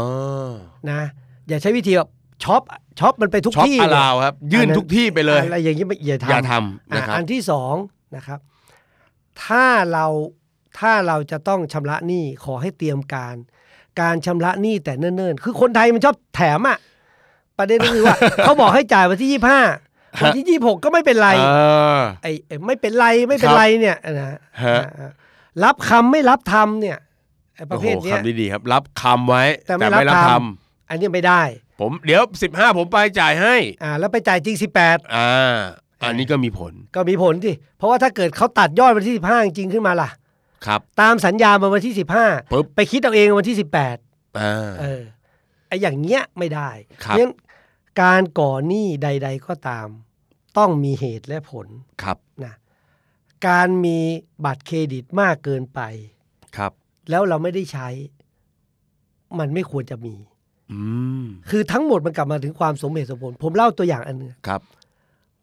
S2: นะอย่าใช้วิธีแบบช็อปช็อปมันไปทุก
S1: ช็อป
S2: ที่
S1: อลาวครับ ยื่นทุกที่ไปเลย
S2: อะไรอย่างนี้ไม่อย่าทำ
S1: อย่าทำนะครั
S2: อ่ะ
S1: บ
S2: อันที่สองนะครับ ถ้าเราถ้าเราจะต้องชำระหนี้ขอให้เตรียมการ การชำระหนี้แต่เนิ่นๆ คือคนไทยมันชอบแถมอ่ะประเด็นก็คือว่า เขาบอกให้จ่ายวันที่ยี่ห้าวันที่ยี่หกก็ไม่เป็นไร
S1: เออ
S2: ไอ้ไอ้ไม่เป็นไรไม่เป็นไรเนี่ยนะ
S1: ฮะ
S2: อ่ะรับคำไม่รับทำเนี่ย ไอ้ป
S1: โอ้
S2: ระ
S1: โห
S2: เภทเนี้ย
S1: คำนี้ดีครับ รับคำไว้
S2: แต่ไม่
S1: แต่ไม่
S2: รั
S1: รับบ ค
S2: คำ อันนี้ไม่ได้
S1: ำผมเดี๋ยว 15 ผมไปจ่ายให้
S2: อ่าแล้วไปจ่ายจริง
S1: อ่า อันนี้ก็มีผล
S2: 18 ก็มีผลที่เพราะว่าถ้าเกิดเขาตัดยอดวันที่ 15 จริงขึ้นมาล่ะ
S1: ครับ
S2: ตามสัญญามาวันที่ 15
S1: ปึ๊บ
S2: ไปคิดเอาเองวันที่ 18
S1: อ่า
S2: เออไอ้อย่างเงี้ยไม่ได้
S1: ครับ
S2: งั้นการก่อหนี้ใด ๆ ก็ตาม ต้องมีเหตุและผล
S1: ครับ
S2: นะการมีบัตรเครดิตมากเกินไป
S1: ครับ
S2: แล้วเราไม่ได้ใช้ มันไม่ควรจะมี
S1: อืม
S2: คือทั้งหมดมันกลับมาถึงความสมเหตุสมผล ผมเล่าตัวอย่างอันหนึง
S1: ครับ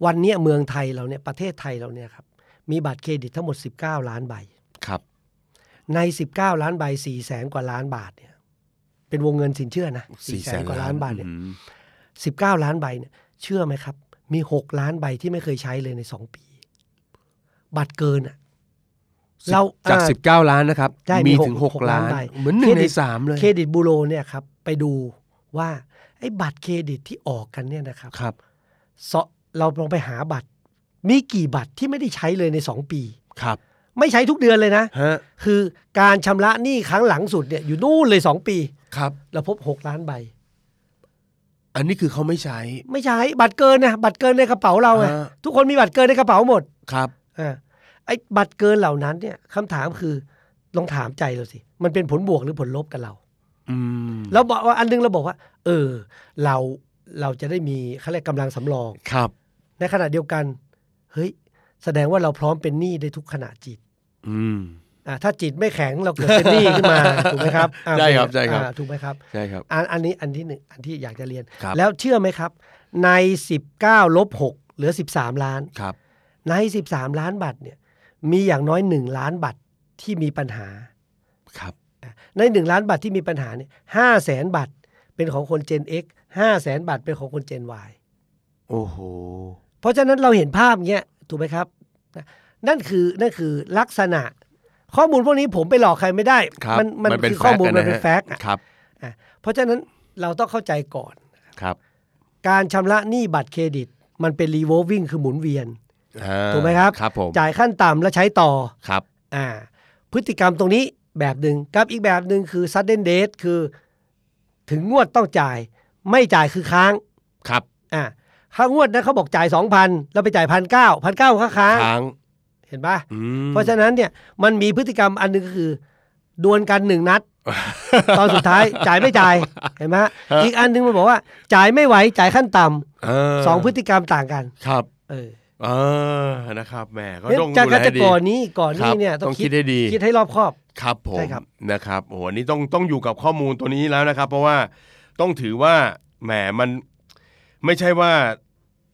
S2: วันเนี้ยเมืองไทยเราเนี่ยประเทศไทยเราเนี่ยครับ มีบัตรเครดิตทั้งหมด 19 ล้านใบ
S1: ครับ
S2: ใน 19 ล้านใบ4แสนกว่าล้านบาทเนี่ยเป็นวงเงินสินเชื่อนะ4แสนกว่าล้านบาทเนี่ย
S1: อืม
S2: 19 ล้านใบเนี่ยเชื่อไหมครับ มี 6 ล้านใบที่ไม่เคยใช้เลยใน 2 ปี บัตรเกินอ่ะเรา
S1: จาก
S2: อ่
S1: 19 ล้านนะครับ
S2: ใช่
S1: มี
S2: หก
S1: ถึง
S2: หก
S1: 6 ล้าน
S2: ใบ
S1: เหมือนหนึ่
S2: ครง
S1: ใน
S2: ดิต
S1: สามเลย
S2: เครดิตบูโรเนี่ยครับ ไปดูว่าไอ้บัตรเครดิตที่ออกกันเนี่ยนะครับ
S1: ครับ
S2: เสาะเราลองไปหาบัตร มีกี่บัตรที่ไม่ได้ใช้เลยใน 2 ปี
S1: ครับ
S2: ไม่ใช้ทุกเดือนเลยนะ
S1: ฮะ
S2: คือการชำระหนี้ครั้งหลังสุดเนี่ยอยู่นู่นเลย 2 ปี
S1: ครับ
S2: เราพบ 6 ล้านใบ
S1: อันนี้คือเขาไม่ใช้
S2: ไม่ใช้บัตรเกินนะบัตรเกินในกระเป๋าเราไง
S1: อ่า
S2: ทุกคนมีบัตรเกินในกระเป๋าหมด
S1: ครับ
S2: อาไอ้บัตรเกินเหล่านั้นเนี่ยคำถามคือลองถามใจเราสิมันเป็นผลบวกหรือผลลบกับเรา
S1: อืม
S2: แล้วบอกว่าอันนึงเราบอกว่า เออ เราเราจะได้มีเขาเรียกกำลังสำรอง
S1: ครับ
S2: ในขณะเดียวกัน เฮ้ย แสดงว่าเราพร้อมเป็นหนี้ได้ทุกขณะจิต
S1: อืม
S2: อ่าถ้าจิตไม่แข็งเราเกิดเป็นหนี้ ขึ้นมา ถูกไหมครับอ่า
S1: ใช่ครับใช่ครับ
S2: อ่าถูกไหมครับ
S1: ใช่ครับ
S2: อันอันนี้อันที่หนึ่งอันที่อยากจะเรียน
S1: ครับ
S2: แล้วเชื่อไหมครับ ใน 19ลบ6เหลือ 13 ล้าน
S1: ครับ
S2: ใน 13 ล้านบัตรเนี่ย มีอย่างน้อย 1 ล้านบัตรที่มีปัญหา
S1: ครับ
S2: ใน 1 ล้านบาทที่มีปัญหาเนี่ยห้าแสนบาทเป็นของคน Gen X ห้าแสนบาทเป็นของคน Gen Y
S1: โอ้โห
S2: เพราะฉะนั้นเราเห็นภาพเงี้ยถูกไหมครับนะนั่นคือนั่นคือลักษณะ ข้อมูลพวกนี้ผมไปหลอกใครไม่ได้
S1: ครับ
S2: มัมัน
S1: เป็
S2: คือข้อมูล
S1: ะ
S2: มันเป็น
S1: ฮะ
S2: แฟกต์อะ
S1: ครับ
S2: อ่ะเพราะฉะนั้นเราต้องเข้าใจก่อน
S1: ครับ
S2: การชำระหนี้บัตรเครดิต มันเป็นรีโววิ่งคือหมุนเวียน
S1: อ่า
S2: ถูกไหมครับ
S1: ครับผม
S2: จ่ายขั้นต่ำแล้วใช้ต่อ
S1: ครับ
S2: อ่าพฤติกรรมตรงนี้แบบหนึ่งกับอีกแบบหนึ่งคือ sudden date คือ ถึงงวดต้องจ่าย ไม่จ่ายคือค้าง
S1: ครับ
S2: อ่ะค่างวดนะเขาบอกจ่ายสองพันเราไปจ่ายพันเก้าพันเก้าค่าค้าง
S1: ค้าง
S2: เห็นปะ
S1: อืม
S2: เพราะฉะนั้นเนี่ยมันมีพฤติกรรมอันหนึงก็คือ ดวลกันหนึ่งนัด ตอนสุด ท้ายจ่ายไม่จ่ายเห็นไหมฮะอีกอันหนึงมันบอกว่า จ่ายไม่ไหวจ่ายขั้นต่
S1: เ
S2: ำสองพฤติกรรมต่างกัน
S1: ครับ
S2: เออ
S1: เออนะครับแหมก็
S2: เนี่ย
S1: ต้อง
S2: จาก
S1: ดูแล
S2: การ
S1: ให้
S2: จะ
S1: ดี
S2: ก่อนนี้ก่อน
S1: ครั
S2: นี้
S1: บ
S2: เนี่ย
S1: ต้องคิดให้ดี
S2: คิดให้รอบคอบ
S1: ครับผม
S2: ใช่ครับ
S1: นะครับโอ้โหอันนี้ต้องต้องอยู่กับข้อมูลตัวนี้แล้วนะครับ เพราะว่าต้องถือว่าแหมมันไม่ใช่ว่า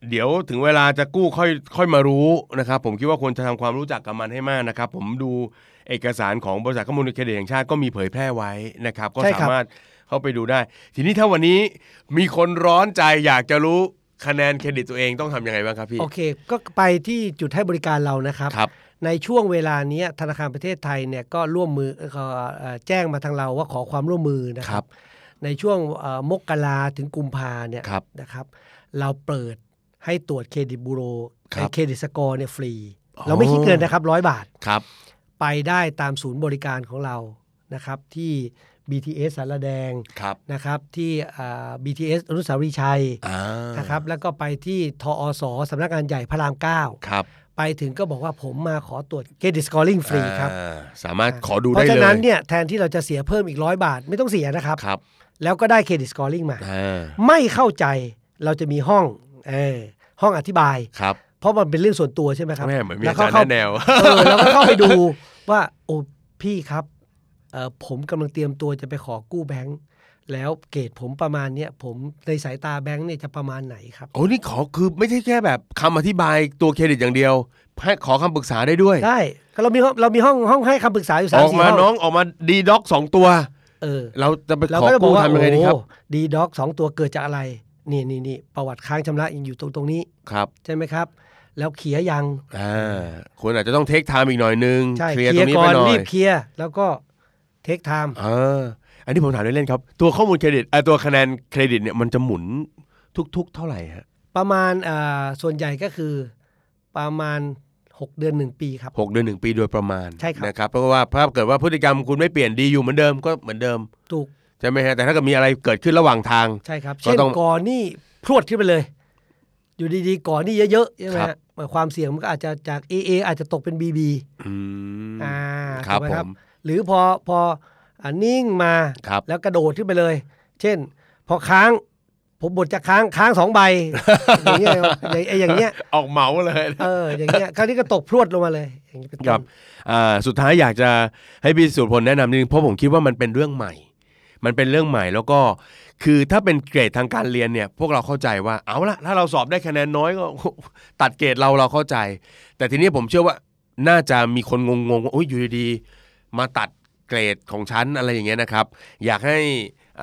S1: เดี๋ยวถึงเวลาจะกู้ค่อยค่อยมารู้นะครับ ผมคิดว่าควรจะทำความรู้จักกับมันให้มากนะครับ ผมดูเอกสารของบริษัทข้อมูลเครดิตแห่งชาติก็มีเผยแพร่ไว้นะครับ ก็
S2: ใช่ครับ
S1: สามารถเข้าไปดูได้ ทีนี้ถ้าวันนี้มีคนร้อนใจอยากจะรู้คะแนนเครดิตตัวเองต้องทำยังไงบ้างครับพี่
S2: โอเค ก็ไปที่จุดให้บริการเรานะครับ
S1: ครับ
S2: ในช่วงเวลาเนี้ยธนาคารประเทศไทยเนี่ยก็ร่วมมือเอ่อขอเอ่อแจ้งมาทางเราว่าขอความร่วมมือนะค
S1: ครั
S2: รับ บ ในช่วงเอ่อมกราถึงกุมภาเนี่ย
S1: ครับ
S2: นะครับ เราเปิดให้ตรวจเครดิตบูโร
S1: ครับ
S2: ไอ้เครดิตสกอร์เนี่ยฟรี
S1: อ๋อ
S2: เราไม่คิดเงินนะครับร้อยบาท
S1: ครับ
S2: ไปได้ตามศูนย์บริการของเรานะครับที่ BTS สารแดง
S1: ครับ
S2: นะครับที่อ่า BTS อนุสาวรีย์ชัย
S1: อ่า
S2: นะครับแล้วก็ไปที่ทอสสำนักงานใหญ่พระรามเก้า
S1: ครับ
S2: ไปถึงก็บอกว่าผมมาขอตรวจเครดิตสกอร์ลิงฟรีครับ
S1: อ่าสามารถขอดู
S2: เพ
S1: ได้เลย
S2: ราะฉะนั้นเนี่ยแทนที่เราจะเสียเพิ่มอีกร้อยบาทไม่ต้องเสียนะครับ
S1: ครับ
S2: แล้วก็ได้เครดิตสกอร์ลิงมา
S1: อ่า
S2: ไม่เข้าใจเราจะมีห้องเออห้องอธิบาย
S1: ครับ
S2: เพราะมันเป็นเรื่องส่วนตัวใช่ไหมครับ
S1: แม่เหมือนมี
S2: ล้ว
S1: อา
S2: ก็
S1: จารย์
S2: เข้า
S1: แนะแนว
S2: เออแล้วก็เข้าไปดูว่าโอ้พี่ครับเออผมกำลังเตรียมตัวจะไปขอกู้แบงค์แล้วเกรดผมประมาณเนี้ยผมในสายตาแบงค์เนี่ยจะประมาณไหนครับ
S1: โอ้นี่ขอคือไม่ใช่แค่แบบคำอธิบายตัวเครดิตอย่างเดียวให้ขอคำปรึกษาได้ด้วย
S2: ได้ก็เรามีห้องเรามีห้องห้องให้คำปรึกษาอยู่สา
S1: อ
S2: ม
S1: อก
S2: สี่
S1: มา
S2: ห้อง
S1: น้องออกมาดีด็อกสองตัว
S2: เออ
S1: เราจะไป
S2: เรา
S1: ขอ
S2: ก็จะบอ
S1: กู้
S2: กว่า
S1: ทำยังไงดีครับ
S2: ดีด็อกสองตัวเกิดจากอะไร นี่นี่นี่ประวัติค้างชำระยังอยู่ตรงตรงนี้
S1: ครับ
S2: ใช่ไหมครับ แล้วเคลียร์ยัง
S1: อ่าคุณอาจจะต้องเทคไทม์อีกหน่อยนึง
S2: ใช่
S1: เคลียร์ตรงนี้
S2: ก่
S1: ไป
S2: อน
S1: หน่อ
S2: รี
S1: ย
S2: บเคลียร์แล้วก็เทคไทม์
S1: อ่าอันนี้ผมถามเล่นๆครับ ตัวข้อมูลเครดิตเอ่อตัวคะแนนเครดิตเนี่ยมันจะหมุนทุก ๆ เท่าไหร่ฮะ
S2: ประมาณอ่าส่วนใหญ่ก็คือประมาณ 6 เดือน 1 ปีครับ
S1: หกเดือนหนึ่งปีโดยประมาณ
S2: ใช่ครับ
S1: นะครับเพราะว่าถ้าเกิดว่าพฤติกรรมคุณไม่เปลี่ยนดีอยู่เหมือนเดิมก็เหมือนเดิม
S2: ถูก
S1: ใช่ไหมฮะแต่ถ้าเกิดมีอะไรเกิดขึ้นระหว่างทาง
S2: ใช่ครับ
S1: ก็
S2: เช่น
S1: ต้อง
S2: ก่อหนี่พรวดขึ้นไปเลย อยู่ดีๆก่อหนี่เยอะๆใช่ไหม
S1: ครับ
S2: ฮะความเสี่ยงมันก็อาจจะจาก AA อาจจะตกเป็น BB
S1: อืม
S2: อ่า
S1: ครับ
S2: ถูกไหม
S1: ผม
S2: หรือพอพออ่านิ่งมา
S1: ครับ
S2: แล้วกระโดดขึ้นไปเลย เช่น พอค้าง ผมบทจะค้างค้างสองใบ อย่างเงี้ยอย่างไอ้อย่างเงี้ย
S1: ออกเหมาเลย
S2: เอออย่างเงี้ยคราวนี้ก็ตกพรวดลงมาเลยอย่างนี้เป็น
S1: ครั
S2: ต้
S1: บ
S2: น
S1: อ่าสุดท้ายอยากจะให้พี่สุรพลแนะนำนิดนึงเพราะผมคิดว่ามันเป็นเรื่องใหม่ มันเป็นเรื่องใหม่แล้วก็คือถ้าเป็นเกรดทางการเรียนเนี่ยพวกเราเข้าใจว่าเอาละถ้าเราสอบได้คะแนนน้อยก็ ตัดเกรดเราเราเข้าใจ แต่ทีนี้ผมเชื่อว่าน่าจะมีคนงงๆว่าโอ้ยอยู่ดีๆมาตัดเกรดของฉันอะไรอย่างเงี้ยนะครับ อยากให้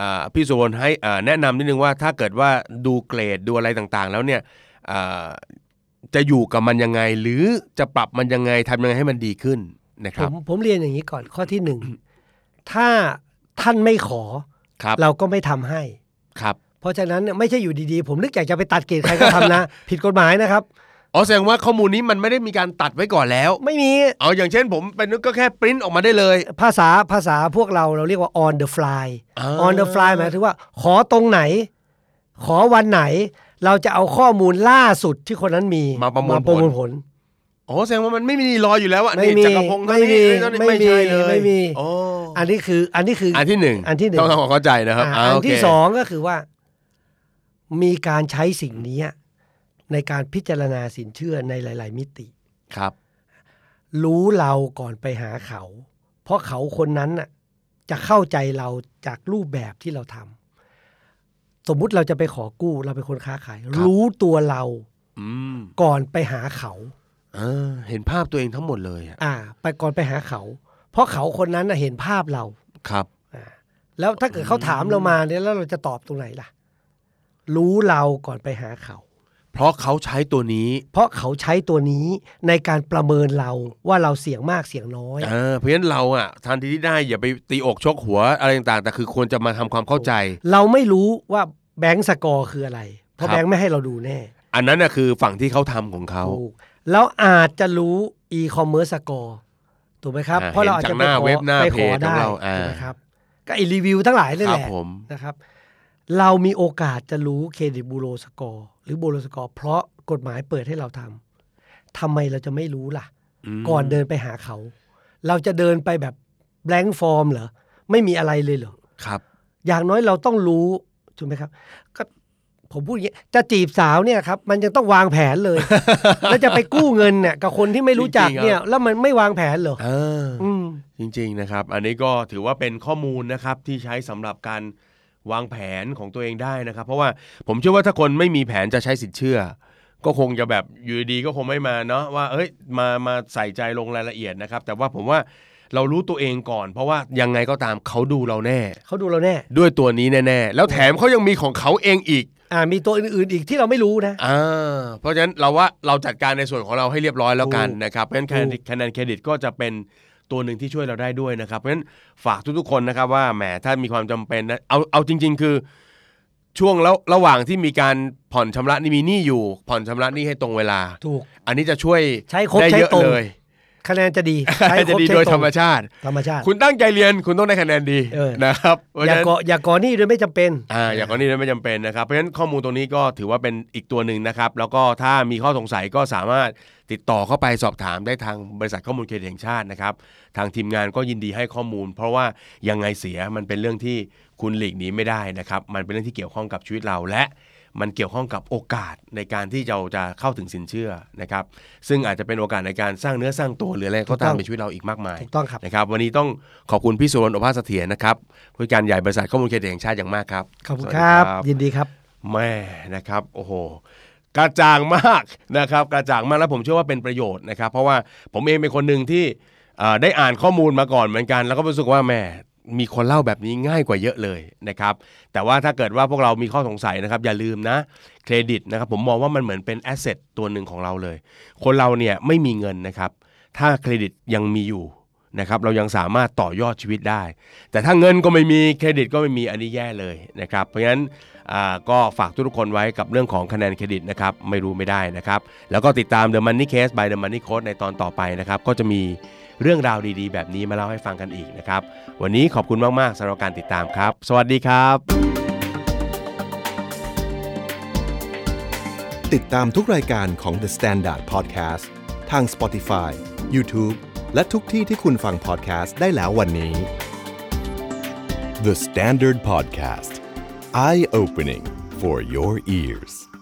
S1: อ่าพี่สุรพลให้อ่าแนะนำนิดนึงว่าถ้าเกิดว่าดูเกรดดูอะไรต่างๆ แล้วเนี่ยอ่า จะอยู่กับมันยังไง หรือจะปรับมันยังไงทำยังไงให้มันดีขึ้นนะค
S2: ผ
S1: รับ
S2: มผมเรียนอย่างนี้ก่อนข้อที่หนึ่ง ถ้าท่านไม่ขอ
S1: ครับ
S2: เราก็ไม่ทำให้
S1: ครับ
S2: เพราะฉะนั้นเนี่ยไม่ใช่อยู่ดีๆ ผมนึกอยากจะไปตัดเกรดใครก็ทำนะ ผิดกฎหมายนะครับ
S1: อ๋อแสดงว่าข้อมูลนี้มันไม่ได้มีการตัดไว้ก่อนแล้ว
S2: ไม่มี
S1: เอาอย่างเช่นผมเป็นนึกก็แค่ปริ้นออกมาได้เลย
S2: ภาษาภาษาพวกเราเราเรียกว่า on the fly
S1: า
S2: on the fly หมายถึงว่า ขอตรงไหน ขอวันไหน เราจะเอาข้อมูลล่าสุดที่คนนั้นมี
S1: มาประมวลผล
S2: ผล
S1: อ๋อแสดงว่ามันไม่มีรออยู่แล้วอ่ะ
S2: ไม่
S1: นี่
S2: มี
S1: จักรพงศ์เท่า
S2: ไม่มี
S1: นี้เท่านี้
S2: ไม่มี
S1: ใช่เลย
S2: ไม่มี
S1: โอ้
S2: อันนี้คืออันนี้คืออ
S1: อันที่หนึ่ง
S2: อันที่หนึ่ง
S1: ต้องทำความเข้าใจนะครับา
S2: อ่าอัน
S1: โเค
S2: ที่สองก็คือว่ามีการใช้สิ่งนี้ในการพิจารณาสินเชื่อในหลาย ๆ มิติ
S1: ครับ
S2: รู้เราก่อนไปหาเขา เพราะเขาคนนั้นน่ะจะเข้าใจเราจากรูปแบบที่เราทำสมมุติเราจะไปขอกู้เราเป็นคนค้าขาย รู้ตัวเรา
S1: อืม
S2: ก่อนไปหาเขา
S1: อ่าเห็นภาพตัวเองทั้งหมดเลยอะ
S2: อ่า ไปก่อนไปหาเขา เพราะเขาคนนั้นน่ะเห็นภาพเรา
S1: ครับ
S2: อ่าแล้วถ้าเกิดเขาถามเรามาเนี่ยแล้วเราจะตอบตรงไหนล่ะ รู้เราก่อนไปหาเขา
S1: เพราะเขาใช้ตัวนี้
S2: เพราะเขาใช้ตัวนี้ในการประเมินเราว่าเราเสี่ยงมากเสี่ยงน้อย
S1: อ่าเพราะฉะนั้นเราอ่ะทันทีที่ได้อย่าไปตีอกชกหัวอะไรต่างๆ แต่คือควรจะมาทำความเข้าใจ
S2: เราไม่รู้ว่าแบงก์สกอร์คืออะไร เพราะ
S1: ครับ
S2: แบงก์ไม่ให้เราดูแน่
S1: อันนั้นน่ะคือฝั่งที่เขาทำของเขา
S2: ถูกแล้วอาจจะรู้อีคอมเมิร์ซสกอร์ถูกไหมครับ
S1: อ่า
S2: เพราะเราอาจจะไป
S1: เห็นจากหน้า
S2: ขอ
S1: เว็บหน้า
S2: ไปข
S1: เพ
S2: อ
S1: จของ
S2: ได้
S1: เราอ่า
S2: ถูกไหมครับก็ไอรีวิวทั้งหลายนั่น
S1: ครั
S2: แหละ
S1: ผม
S2: นะครับ เรามีโอกาสจะรู้เครดิตบูโรสกอร์หรือบูโรสกอร์เพราะกฎหมายเปิดให้เราทำทำไมเราจะไม่รู้ล่ะ
S1: ม
S2: ก่อนเดินไปหาเขา เราจะเดินไปแบบ blank form เหรอ ไม่มีอะไรเลยเหรอ
S1: ครับ
S2: อย่างน้อยเราต้องรู้ถูกไหมครับก็ผมพูดอย่างนี้ยจะจีบสาวเนี่ยครับ มันยังต้องวางแผน เลย แล้วจะไปกู้เงินเนี่ยกับคนที่ไม่รู้จัก
S1: จริงๆ
S2: เนี่ย แล้วมันไม่วางแผนเหรอ
S1: เออ
S2: อืม
S1: จริงๆนะครับ อันนี้ก็ถือว่าเป็นข้อมูลนะครับที่ใช้สำหรับการวางแผนของตัวเองได้นะครับ เพราะว่าผมเชื่อว่าถ้าคนไม่มีแผนจะใช้สินเชื่อ ก็คงจะแบบอยู่ดีๆก็คงไม่มาเนาะว่าเอ้ยมามาใส่ใจลงรายละเอียดนะครับ แต่ว่าผมว่าเรารู้ตัวเองก่อน เพราะว่ายังไงก็ตามเขาดูเราแน่
S2: เขาดูเราแน่
S1: ด้วยตัวนี้แน่ๆแล้วแถมเขายังมีของเขาเองอีก
S2: อ่า มีตัวอื่นๆอีกที่เราไม่รู้นะ
S1: อ่าเพราะฉะนั้นเราว่าเราจัดการในส่วนของเราให้เรียบร้อยแล้วกัน
S2: ถูก
S1: นะครับเพราะฉะนั้น
S2: ถู
S1: คะแน
S2: ก
S1: นคะแนนเครดิตก็จะเป็นตัวหนึ่งที่ช่วยเราได้ด้วยนะครับ เพราะฉะนั้นฝากทุกๆคนนะครับว่าแหมถ้ามีความจำเป็นนะเอาเอาจริง ๆ คือช่วงแล้วระหว่างที่มีการผ่อนชำระนี่มีหนี้อยู่ ผ่อนชำระหนี้ให้ตรงเวลา
S2: ถูก
S1: อันนี้จะช่วย
S2: ใช้ครบ
S1: ได้
S2: ใช้
S1: เยอะ
S2: ตรง
S1: เลย
S2: คะแนนจะ ดีใช้ครบ
S1: จะดี
S2: ใช้
S1: โดย
S2: ต
S1: ธรรมชาติ
S2: ธรรมชาติ
S1: คุณตั้งใจเรียนคุณต้องได้คะแนนดี
S2: เออ
S1: นะครับเพราะ
S2: อ
S1: ฉะ
S2: ย่า
S1: นั้น
S2: ก่ออย่าก่อหนี้โดยไม่จำเป็น
S1: อ่าอย่างกรณีนั้นไม่จำเป็นนะครับ เพราะฉะนั้นข้อมูลตรงนี้ก็ถือว่าเป็นอีกตัวหนึ่งนะครับ แล้วก็ถ้ามีข้อสงสัยก็สามารถติดต่อเข้าไปสอบถามได้ทางบริษัทข้อมูลเครดิตแห่งชาตินะครับ ทางทีมงานก็ยินดีให้ข้อมูล เพราะว่ายังไงเสียมันเป็นเรื่องที่คุณหลีกหนีไม่ได้นะครับ มันเป็นเรื่องที่เกี่ยวข้องกับชีวิตเราและ มันเกี่ยวข้องกับโอกาสในการที่เราจะเข้าถึงสินเชื่อนะครับ ซึ่งอาจจะเป็นโอกาสในการสร้างเนื้อสร้างตัวหรืออะไรก็ตามในชีวิตเราอีกมากมาย
S2: ถูกต้องครับ
S1: นะครับวันนี้ต้องขอบคุณพี่สุวรรณโอภาสเสถียรนะครับผู้จัดการใหญ่บริษัทข้อมูลเครดิตแห่งชาติอย่างมากครับ
S2: ขอบคุณ
S1: สวัส
S2: ค
S1: ดี
S2: รับ ยินดีครับ
S1: แม่นะครับโอ้โหกระจ่างมากนะครับกระจ่างมากแล้วผมเชื่อว่าเป็นประโยชน์นะครับ เพราะว่าผมเองเป็นคนหนึ่งที่เอ่อได้อ่านข้อมูลมาก่อนเหมือนกัน แล้วก็รู้สึกว่าแหม่มีคนเล่าแบบนี้ง่ายกว่าเยอะเลยนะครับ แต่ว่าถ้าเกิดว่าพวกเรามีข้อสงสัยนะครับ อย่าลืมนะเครดิตนะครับ ผมมองว่ามันเหมือนเป็นแอสเซทตัวหนึ่งของเราเลย คนเราเนี่ยไม่มีเงินนะครับ ถ้าเครดิตยังมีอยู่ นะครับเรายังสามารถต่อยอดชีวิตได้ แต่ถ้าเงินก็ไม่มีเครดิตก็ไม่มีอันนี้แย่เลยนะครับเพราะฉะนั้นอ่าก็ฝากทุกๆคนไว้กับเรื่องของคะแนนเครดิตนะครับไม่รู้ไม่ได้นะครับแล้วก็ติดตาม The Money Case by The Money Coach ในตอนต่อไปนะครับก็จะมีเรื่องราวดีๆ แบบนี้มาเล่าให้ฟังกันอีกนะครับวันนี้ขอบคุณมากๆสำหรับการติดตามครับ สวัสดีครับ
S4: ติดตามทุกรายการของ The Standard Podcast ทาง Spotify, YouTube และทุกที่ที่คุณฟัง podcast ได้แล้ววันนี้ The Standard Podcast Eye Opening for Your Ears